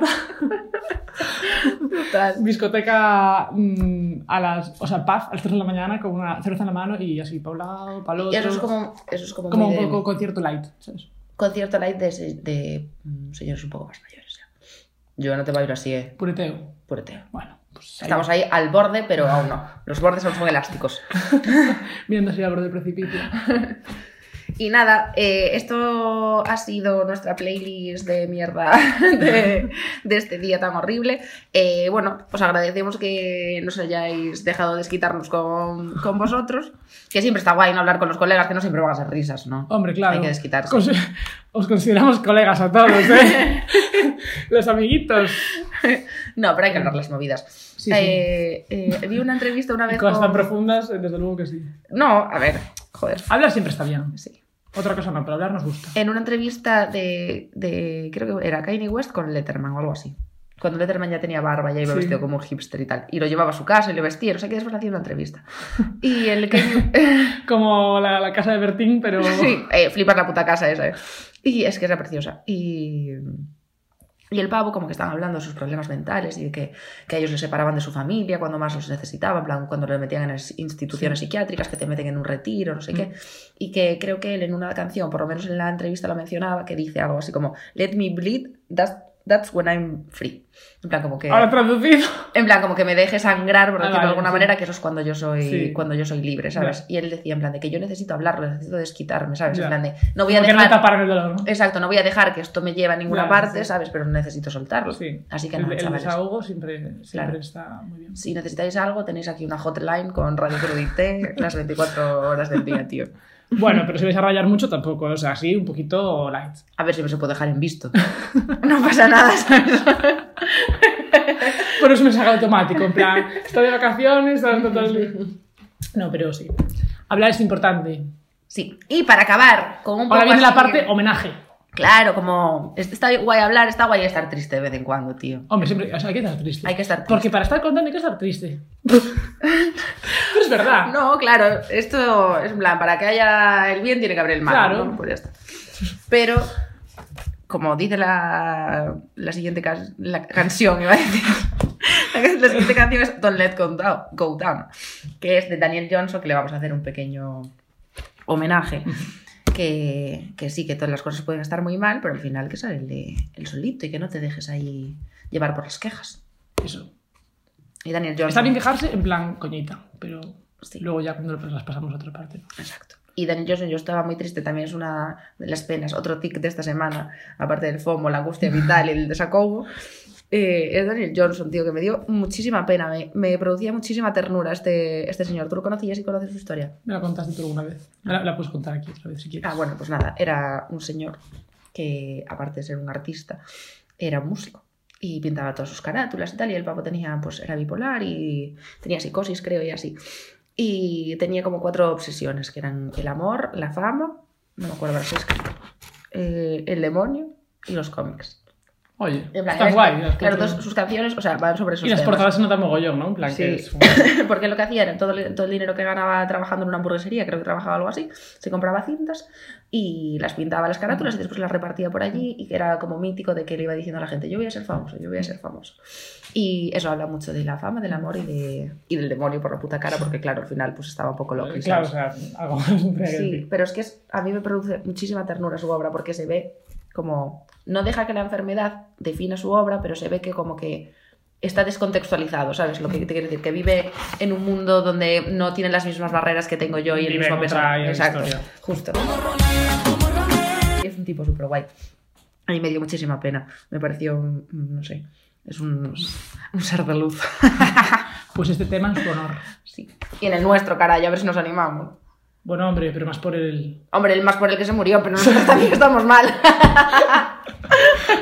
Tal. Discoteca mm, a las. O sea, paz a las 3 de la mañana con una cerveza en la mano y así, pa' un lado, pa' el Y otro. eso es como, eso es como, como muy un de poco concierto light, ¿sabes? concierto light de, se- de mm, señores un poco más mayores. ya. Yo no te bailo así, eh. Pureteo. Purete. Bueno, pues. ahí Estamos ahí al borde, pero aún no. Los bordes aún son elásticos. Viendo así al borde del precipicio. Y nada, eh, esto ha sido nuestra playlist de mierda de, de este día tan horrible. Eh, bueno, os agradecemos que nos hayáis dejado desquitarnos con, con vosotros, que siempre está guay no hablar con los colegas, que no siempre van a ser risas, ¿no? Hombre, claro. Hay que desquitarse. Consi- Os consideramos colegas a todos, ¿eh? Los amiguitos. No, pero hay que hablar las movidas. Sí, sí. Eh, eh, vi una entrevista una vez Cosas tan con... profundas, eh, desde luego que sí. No, a ver, joder, Hablar siempre está bien. sí. Otra cosa no, pero hablar nos gusta. en una entrevista de, de- creo que era Kanye West con Letterman o algo así. Cuando Letterman ya tenía barba, ya iba Sí. vestido como un hipster y tal. Y lo llevaba a su casa y lo vestía, no sé qué, después le hacía una entrevista. Y el Kanye... Como la, la casa de Bertín, pero. sí, eh, flipas la puta casa esa. eh. Y es que era preciosa. Y... Y el pavo como que estaba hablando de sus problemas mentales y de que, que a ellos les separaban de su familia cuando más los necesitaban, en plan, cuando le metían en las instituciones psiquiátricas, que te meten en un retiro, no sé qué. Y que creo que él en una canción, por lo menos en la entrevista lo mencionaba, que dice algo así como, let me bleed, that's, that's when I'm free. En plan, como que... Ahora traducido. En plan, como que me deje sangrar, por Ah, decirlo de vale, alguna sí. manera, que eso es cuando yo soy, Sí. cuando yo soy libre, ¿sabes? Ya. Y él decía, en plan, de que yo necesito hablarlo, necesito desquitarme, ¿sabes? Ya. En plan de, no voy a Como que no dejar... tapar el dolor, ¿no? Exacto, no voy a dejar que esto me lleve a ninguna Ya, parte, sí. ¿sabes? Pero necesito soltarlo. Sí. Eh, Así que el, nada, el chavales. desahogo siempre, siempre Claro. está muy bien. Si necesitáis algo, tenéis aquí una hotline con Radio Crudité las 24 horas del día, tío. Bueno, pero si vais a rayar mucho tampoco, o sea, así un poquito light. A ver si me se puede dejar en visto. No pasa nada, ¿sabes? Pero es un mensaje automático, en plan, está de vacaciones, está total... No, pero sí. Hablar es importante. Sí. Y para acabar, con un poco Ahora viene la así- parte homenaje. Claro, como... Está guay hablar, está guay estar triste de vez en cuando, tío. Hombre, siempre o sea, hay que estar triste. Hay que estar triste. Porque para estar contando hay que estar triste. pero es verdad. No, claro, esto es en plan, para que haya el bien tiene que haber el mal. Claro. ¿no? Pues ya está. Pero, como dice la, la siguiente cas- la canción, iba a decir. La, la siguiente canción es Don't Let Go Down, Go Down, que es de Daniel Johnson, que le vamos a hacer un pequeño homenaje. Que, que sí, que todas las cosas pueden estar muy mal, pero al final que sale el solito y que no te dejes ahí llevar por las quejas. Eso. Y Daniel Johnson. Está bien quejarse en plan coñita, pero Sí. luego ya cuando las pasamos a otra parte. Exacto. Y Daniel Johnson, yo estaba muy triste, también es una de las penas, otro tic de esta semana, aparte del FOMO, la angustia vital y el desacobo. eh, es Daniel Johnson, tío, que me dio muchísima pena, me, me producía muchísima ternura este, este señor. ¿Tú lo conocías y conoces su historia? Me la contaste tú alguna vez. Me la, la puedes contar aquí otra vez si quieres. Ah, bueno, pues nada, era un señor que, aparte de ser un artista, era un músico y pintaba todas sus carátulas y tal. Y el papo tenía, pues era bipolar y tenía psicosis, creo, y así. Y tenía como cuatro obsesiones, que eran el amor, la fama, no me acuerdo ahora si es que- eh, el demonio y los cómics. Oye, En plan, está era- guay. las Claro, cuatro- todas sus canciones, o sea, van sobre esos y las temas. portadas se notan mogollón, ¿no? En plan, Sí. que es... Porque lo que hacía era todo, el- todo el dinero que ganaba trabajando en una hamburguesería, creo que trabajaba algo así, se compraba cintas y las pintaba las carátulas y después las repartía por allí y que era como mítico de que le iba diciendo a la gente, yo voy a ser famoso, yo voy a ser famoso. Y eso habla mucho de la fama, del amor y, de, y del demonio por la puta cara, porque claro, al final pues estaba un poco loco. y Claro, o ¿sabes? sea, algo siempre hay que Sí, decir. pero es que es- a mí me produce muchísima ternura su obra porque se ve como... No deja que la enfermedad defina su obra, pero se ve que como que está descontextualizado, ¿sabes? Lo que te quiero decir, que vive en un mundo donde no tiene las mismas barreras que tengo yo y el Vive mismo en peso. otra área de Exacto, historia. justo. Y Es un tipo súper guay. A mí me dio muchísima pena. Me pareció, un- no sé, es un, un ser de luz. Pues este tema es tu honor. sí. Y en el nuestro, caray, a ver si nos animamos. Bueno, hombre, pero más por el... Hombre, el más por el que se murió, pero nosotros también estamos mal.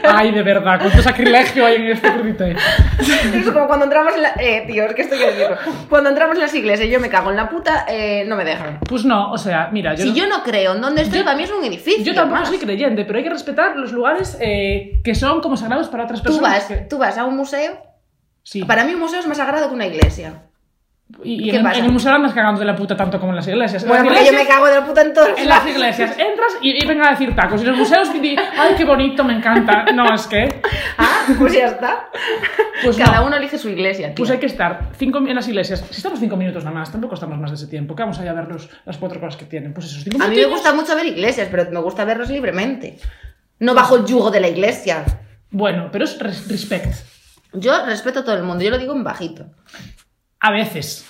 Ay, de verdad, cuánto sacrilegio hay en este crudite. Es como cuando entramos en la... Eh, tío, es que estoy decirlo. Cuando entramos en las iglesias y yo me cago en la puta, eh, no me dejan. Pues no, o sea, mira, yo... si no- yo no creo en dónde estoy, Yo- para mí es un edificio. yo tampoco más. soy creyente, pero hay que respetar los lugares eh, que son como sagrados para otras Tú personas. vas, que- tú vas a un museo. Sí. Para mí un museo es más sagrado que una iglesia. Y, y ¿Qué en, pasa? en el museo andas cagando de la puta tanto como en las iglesias. En Bueno, las porque yo iglesias- me cago de la puta en todos En las lados. iglesias entras y, y vengan a decir tacos. Y en los museos di, ay, qué bonito, me encanta. No, es que. Ah, pues ya está. Pues Cada no. uno elige su iglesia, tío. Pues hay que estar cinco, mi- en las iglesias. Si estamos cinco minutos nada más, tampoco estamos más de ese tiempo. Que vamos allá a ver los, las cuatro cosas que tienen. Pues esos cinco A mí me minutos. gusta mucho ver iglesias, pero me gusta verlos libremente. No bajo el yugo de la iglesia. Bueno, pero es res- respect. Yo respeto a todo el mundo, yo lo digo en bajito. A veces.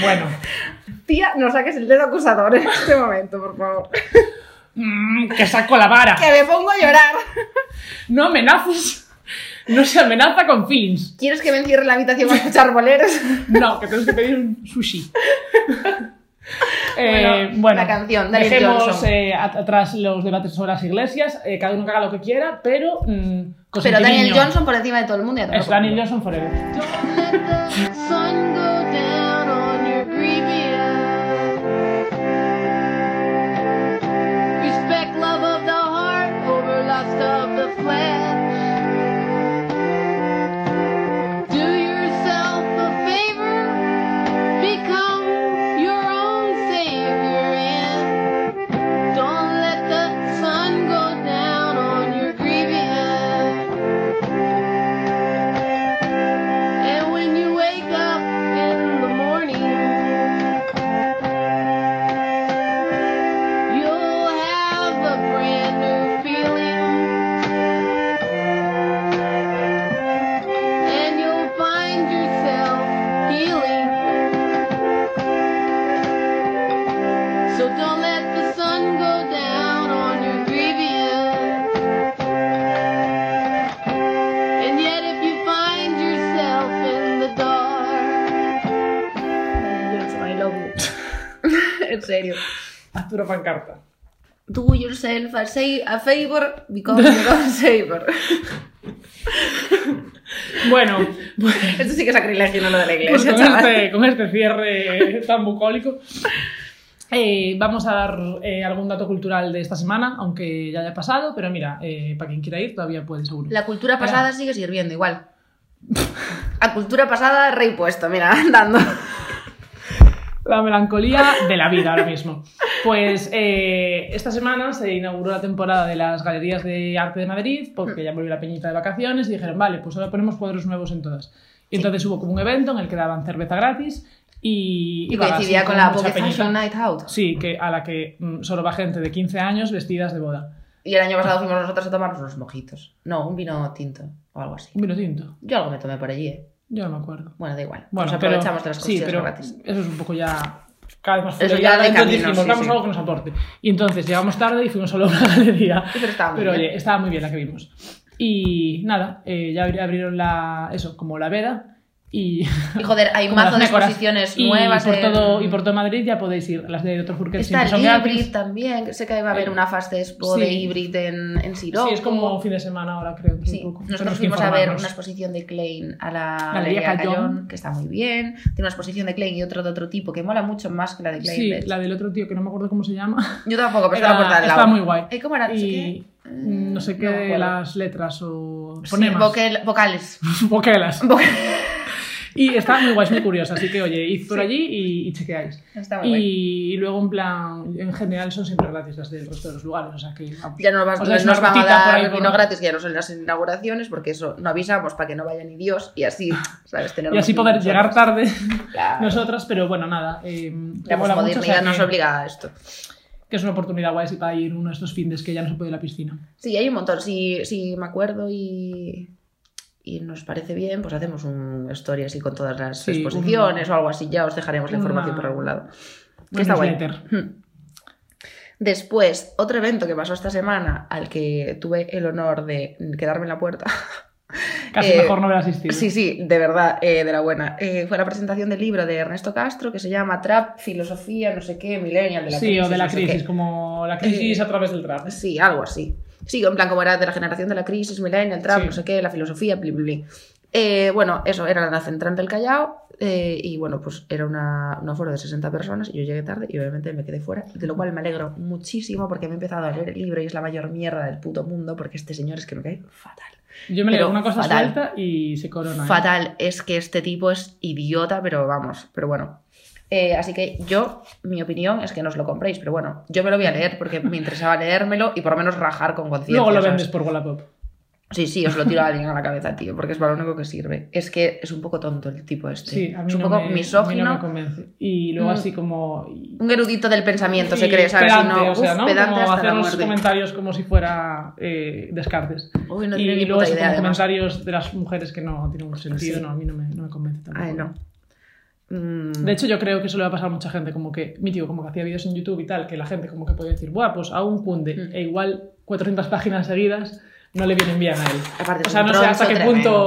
bueno. Tía, no saques el dedo acusador en este momento, por favor. Mm, que saco la vara. Que me pongo a llorar. No amenaces. No se amenaza con fins. ¿Quieres que me encierre en la habitación para escuchar boleros? No, que tenemos que pedir un sushi. Eh, Bueno, la canción, Daniel dejemos Johnson. eh, at- atrás los debates sobre las iglesias, eh, cada uno que haga lo que quiera, pero mm, con Pero Daniel sentimiento. Johnson por encima de todo el mundo. y a tomar es por culo. Daniel Johnson forever. sun go down on your creepy eyes. Respect love of the heart over lust of the flesh. Do yourself a favor, become your own savior and don't let the sun go down on your grieving eyes. And when you wake up in the morning, you'll have a brand new feeling. serio. Haz una pancarta. Do yourself a, sa- a favor, become your own savior. Bueno, pues Esto sí que es sacrilegio, no lo de la Pues iglesia, con, chaval. este, con este cierre tan bucólico. eh, vamos a dar eh, algún dato cultural de esta semana, aunque ya haya pasado, pero mira, eh, para quien quiera ir todavía puede, seguro. La cultura pasada sigue sirviendo igual. A cultura pasada, rey puesto, mira, andando. La melancolía de la vida ahora mismo. Pues eh, esta semana se inauguró la temporada de las Galerías de Arte de Madrid, porque ya volvió la peñita de vacaciones y dijeron, vale, pues ahora ponemos cuadros nuevos en todas. Y entonces hubo como un evento en el que daban cerveza gratis y... Y iba coincidía así con la mucha Poké peñita. Fashion Night Out. Sí, que a la que mm, solo va gente de 15 años vestidas de boda. Y el año pasado fuimos nosotros a tomarnos unos mojitos. No, un vino tinto o algo así. Un vino tinto. Yo algo me tomé por allí, ¿eh? Yo no me acuerdo. Bueno, da igual. Bueno, Nos pero- aprovechamos de las sí, cosillas pero gratis. Eso es un poco ya cada vez más Eso fuerte. ya de entonces camino, dijimos, sí, vamos sí. a algo que nos aporte. Y entonces llegamos tarde y fuimos solo a una galería. Sí, Pero estaba muy Pero bien. oye, estaba muy bien la que vimos. Y nada, eh, ya abri- abrieron la, eso, como la veda. Y, Y joder, hay como mazo las de nécoras. exposiciones Y nuevas. Por en- todo, y por todo Madrid ya podéis ir. Las de otro Furquet Está siempre son el gratis. Hybrid también. que Sé que va a haber Eh, una Fast Expo sí. de Hybrid en, en Siroco. Sí, es como fin de semana ahora, creo. Sí, un poco. Tenemos que nosotros fuimos a ver informarnos. una exposición de Klein a la Galería Galería Cayón. Cayón, que está muy bien. Tiene una exposición de Klein y otra de otro tipo que mola mucho más que la de Klein. Sí, de hecho. la del otro tío que no me acuerdo cómo se llama. Yo tampoco, pero Era- estaba por estaba muy guay. ¿Y Eh, cómo era? No sé y mm, qué. Eh, no sé qué Mm, No me de acuerdo. las letras o Sí, fonemas. vocal- vocales. Boquelas. Vocal- Y está muy guay, es muy curiosa. Así que, oye, id por allí y, y chequeáis. Está muy Ah, guay. Y, luego, en plan, en general son siempre gratis las del resto de los lugares. O sea que. Ya no nos, o sea, es nos una van a rutita por ahí dar por- vino gratis, que ya no son las inauguraciones, porque eso no avisamos para que no vaya ni Dios y así, ¿sabes? Tener Y así unos poder minutos. llegar tarde Claro. nosotras, pero bueno, nada. Eh, que La mola mucho, o sea posmodernidad nos que- obliga a esto. Que es una oportunidad guay si para ir uno de estos findes que ya no se puede ir a la piscina. Sí, hay un montón. Si, si me acuerdo y, y nos parece bien, pues hacemos un story así con todas las Sí, exposiciones una- o algo así. Ya os dejaremos la una- información por algún lado. Una Que está guay. newsletter. Hmm. Después, otro evento que pasó esta semana al que tuve el honor de quedarme en la puerta. Casi Eh, mejor no haber asistido. Sí, sí, de verdad, eh, de la buena. Eh, fue la presentación del libro de Ernesto Castro que se llama Trap, Filosofía, no sé qué, Millennial, de la Sí, crisis. o de la no sé crisis, qué. Eh, como la crisis a través del trap. Sí, algo así. Sí, en plan como era de la generación de la crisis, millennial, trap, Sí. no sé qué, la filosofía, bli, bli, bli. Eh, bueno, eso, era la central del Callao eh, y bueno, pues era una, un aforo de 60 personas y yo llegué tarde y obviamente me quedé fuera, de lo cual me alegro muchísimo porque me he empezado a leer el libro y es la mayor mierda del puto mundo porque este señor es que me cae fatal. Yo me leo Pero una cosa fatal. suelta y se corona. ¿eh? Fatal, es que este tipo es idiota, pero vamos, pero bueno. Eh, así que yo, mi opinión es que no os lo compréis, pero bueno, yo me lo voy a leer porque me interesaba leérmelo y por lo menos rajar con conciencia. Luego lo ¿sabes? vendes por Wallapop. Sí, sí, os lo tiro a alguien a la cabeza, tío, porque es para lo único que sirve. Es que es un poco tonto el tipo este. Sí, a mí, es un no poco me, a misógino. mí no me convence. Y luego Mm. así como... y- Un erudito del pensamiento, se y cree, ¿sabes? Si pedante, no, o sea, uf, ¿no? pedante como hasta hacer la unos muerte. comentarios como si fuera eh, Descartes. Uy, no y, tiene ni luego puta así idea, como además. comentarios de las mujeres que no tienen mucho sentido, Sí. no, a mí no me, no me convence tampoco. Ay, no. Mm, De hecho, yo creo que eso le va a pasar a mucha gente, como que, mi tío, como que hacía vídeos en YouTube y tal, que la gente como que podía decir, buah, pues aún cunde, Mm. e igual 400 páginas seguidas no le vienen bien a él. aparte O es sea, un no sé hasta qué troncho tremendo,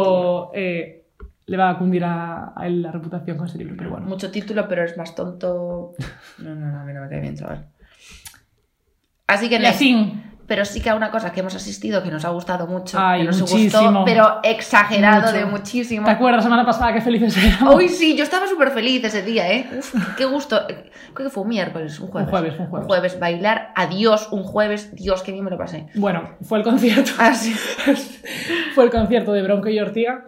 punto eh, le va a cundir a, a él la reputación con este libro, pero tío. bueno. Mucho título, pero es más tonto. No, no, no, a mí no me cae bien, chaval. Así que, Nes, Leasing. pero sí que a una cosa que hemos asistido que nos ha gustado mucho, Ay, que nos muchísimo. gustó, pero exagerado Mucho. de muchísimo. ¿Te acuerdas la semana pasada qué felices éramos? Hoy sí, yo estaba súper feliz ese día, ¿eh? Uf, qué gusto. Creo que fue un miércoles, un jueves. Un jueves, un jueves. bailar, adiós, un jueves, Dios, qué bien me lo pasé. Bueno, fue el concierto. Así. fue el concierto de Bronco y Ortiga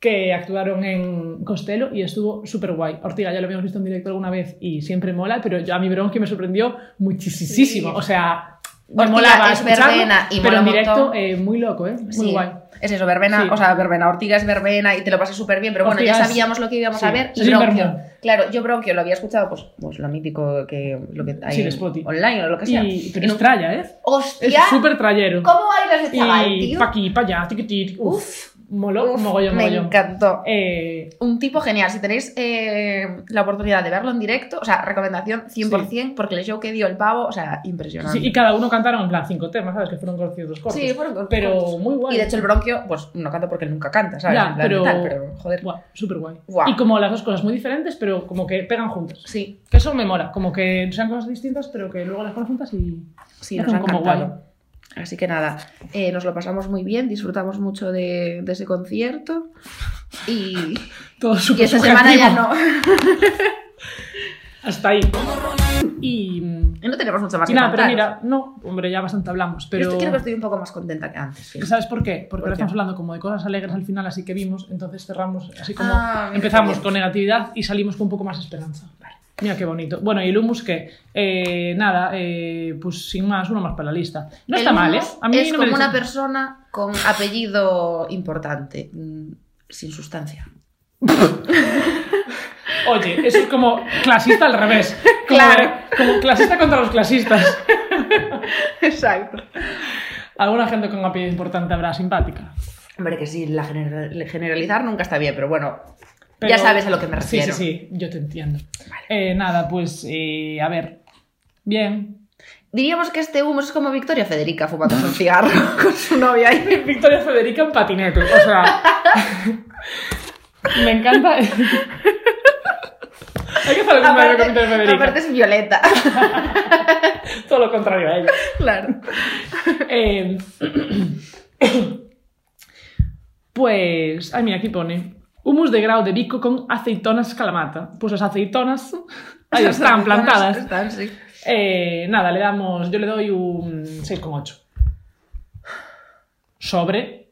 que actuaron en Costello y estuvo súper guay. Ortiga ya lo habíamos visto en directo alguna vez y siempre mola, pero yo a mi Bronco me sorprendió muchísimo. O sea, me Ortiga molaba es escucharlo, verbena y pero mola en un directo montón. eh, muy loco, ¿eh? Muy Sí, guay. Es eso, verbena, Sí. o sea, verbena, Ortiga es verbena y te lo pasé súper bien, pero bueno, Ortiga ya es- sabíamos lo que íbamos sí, a ver. es Y un Bronquio, vermú. claro, yo Bronquio lo había escuchado, pues, pues lo mítico que, lo que hay Sí, de en- Spotify. online o lo que sea. Y, pero Y es no- tralla, ¿eh? ¡Hostia! Es súper trallero. ¿Cómo bailas ese chaval, Y tío? pa' aquí, pa' allá, tiqui, tiqui, uf. Uf, Moló Uf, mogollón, me mogollón. encantó. Eh, Un tipo genial. Si tenéis eh, la oportunidad de verlo en directo, o sea, recomendación 100%, porque el show que dio el pavo, o sea, impresionante. sí, y cada uno cantaron en plan cinco temas, ¿sabes? Que fueron conciertos cortos. Sí, fueron cortos. Pero muy guay. Y de hecho el bronquio, pues no canta porque él nunca canta, ¿sabes? Ya, En plan, pero- tal, pero joder. Guau, súper guay. Guau. Y como las dos cosas muy diferentes, pero como que pegan juntas. Sí, Que eso me mola, como que sean cosas distintas, pero que luego las pones juntas y. sí, Ya nos son han como encantado. guay. Así que nada, eh, nos lo pasamos muy bien, disfrutamos mucho de, de ese concierto y, Todo y súper esta semana ya no, Hasta ahí. Y. mm, no tenemos mucho más y que nada, pero contar. mira, no, hombre, ya bastante hablamos, Yo pero. estoy- creo que estoy un poco más contenta que antes. fíjate. ¿Sabes por qué? Porque ¿Por ahora qué? estamos hablando como de cosas alegres al final, así que vimos, entonces cerramos, así como Ah, mira, empezamos qué bien. con negatividad y salimos con un poco más de esperanza. Mira qué bonito. Bueno, y el humus que, eh, nada, eh, pues sin más, uno más para la lista. No El está mal, ¿eh? humus A mí es no me como una des- persona con apellido importante, mm, sin sustancia. Oye, eso es como clasista al revés. Como, Claro. Como clasista contra los clasistas. Exacto. Alguna gente con apellido importante habrá simpática. Hombre, que sí, la general- generalizar nunca está bien, pero bueno, Pero- ya sabes a lo que me Sí, refiero. sí, sí, yo te entiendo. Eh, nada, pues, eh, a ver. Bien, Diríamos que este humo es como Victoria Federica fumando un cigarro con su novia ahí. Victoria Federica en patinete, o sea. me encanta. Hay que hacer algún baile con Victoria Federica. aparte es violeta. Todo lo contrario a ella. claro. Eh, pues. Ay, mira, aquí pone. Humus de grau de bico con aceitonas calamata. Pues las aceitonas. Ahí están plantadas. Están, sí. Eh, nada, le damos. Yo le doy un 6,8. Sobre.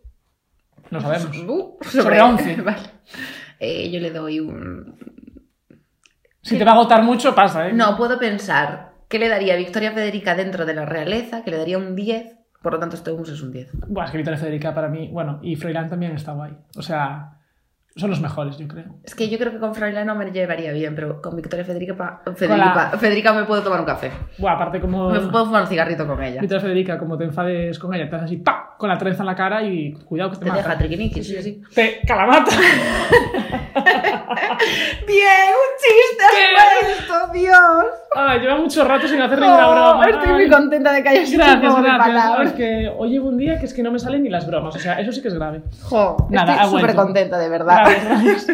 No sabemos. Uh, Sobre 11. Vale. Eh, yo le doy un... Si te va a agotar mucho, pasa, ¿eh? No, puedo pensar. ¿Qué le daría Victoria Federica dentro de la realeza? Que le daría un 10. Por lo tanto, este humus es un 10. Buah, es que Victoria Federica para mí, bueno, y Froilán también está guay. O sea, son los mejores, yo creo. Es que yo creo que con Fraile no me llevaría bien, pero con Victoria Federica, pa- la- Federica, pa- Federica me puedo tomar un café. Buah, aparte como Me puedo fumar un cigarrito con ella. Victoria Federica, como te enfades con ella, te haces así, ¡pa! con la trenza en la cara y cuidado que te, Te mata. deja triquiniquis, sí, sí. Te calamata. Bien, un chiste Bien. esto, Dios. Oh, Ay, lleva mucho rato sin hacer ninguna broma. estoy Ay, muy contenta de que hayas hecho un Gracias, juego de gracias. Es palabras. que hoy llevo un día que es que no me salen ni las bromas. O sea, eso sí que es grave. Jo, Nada, ha estoy súper vuelto. contenta, de verdad. Gracias, gracias.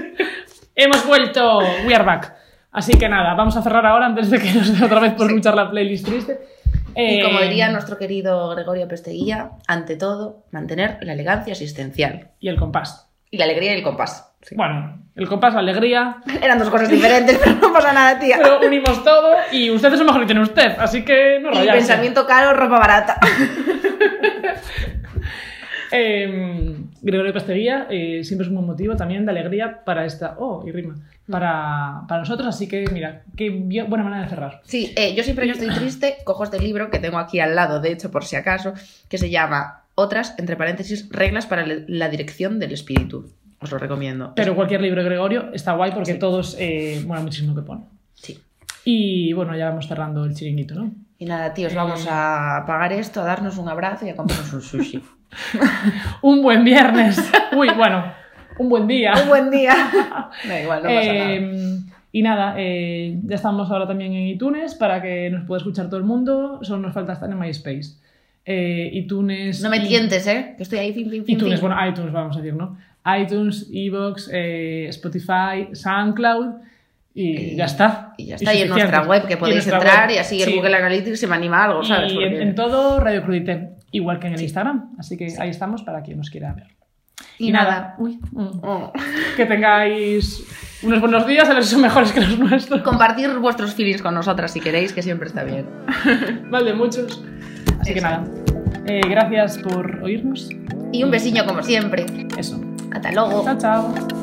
Hemos vuelto. We are back. Así que nada, vamos a cerrar ahora antes de que nos dé otra vez por escuchar la playlist triste. Y como Eh, diría nuestro querido Gregorio Pesteguía, ante todo, mantener la elegancia asistencial. Y el compás. Y la alegría y el compás. Sí. Bueno, el compás, la alegría, Eran dos cosas diferentes, pero no pasa nada, tía. pero unimos todo y usted es lo mejor que tiene usted, así que no Y rayarse. pensamiento caro, ropa barata. Eh, Gregorio Pasteguía eh, siempre es un buen motivo también de alegría para esta... Oh, y rima. Mm. Para, para nosotros, así que mira, qué bien- buena manera de cerrar. Sí, eh, yo siempre que estoy triste cojo este libro que tengo aquí al lado, de hecho, por si acaso, que se llama Otras, entre paréntesis, reglas para le- la dirección del espíritu. Os lo recomiendo. Pero cualquier libro de Gregorio está guay porque todos... Eh, mola muchísimo que pone. Sí. Y bueno, ya vamos cerrando el chiringuito, ¿no? Y nada, tíos, vamos a pagar esto, a darnos un abrazo y a comprarnos un sushi. Un buen viernes. Uy, bueno, un buen día. un buen día. Da igual, no pasa Eh, nada. Y nada, eh, ya estamos ahora también en iTunes para que nos pueda escuchar todo el mundo. Solo nos falta estar en MySpace. Eh, iTunes. No me y- tientes, ¿eh? Que estoy ahí, fin, fin, fin. iTunes, fin. bueno, iTunes, vamos a decir, ¿no? iTunes, Evox, eh, Spotify, SoundCloud y, Y- ya está. Y ya está, y suficiente. en nuestra web que en podéis nuestra entrar web, y así el sí. Google Analytics se me anima algo, ¿sabes? Y en, Porque- en todo Radio Crudité, igual que en el Instagram. Así que ahí estamos para quien nos quiera ver. y nada. Uy, mm. Oh. que tengáis unos buenos días, a ver si son mejores que los nuestros. Compartir vuestros feelings con nosotras si queréis, que siempre está bien. Mal de muchos. Así que nada. eh, gracias por oírnos. Y un besiño como siempre. Eso. Hasta luego. Chao, chao.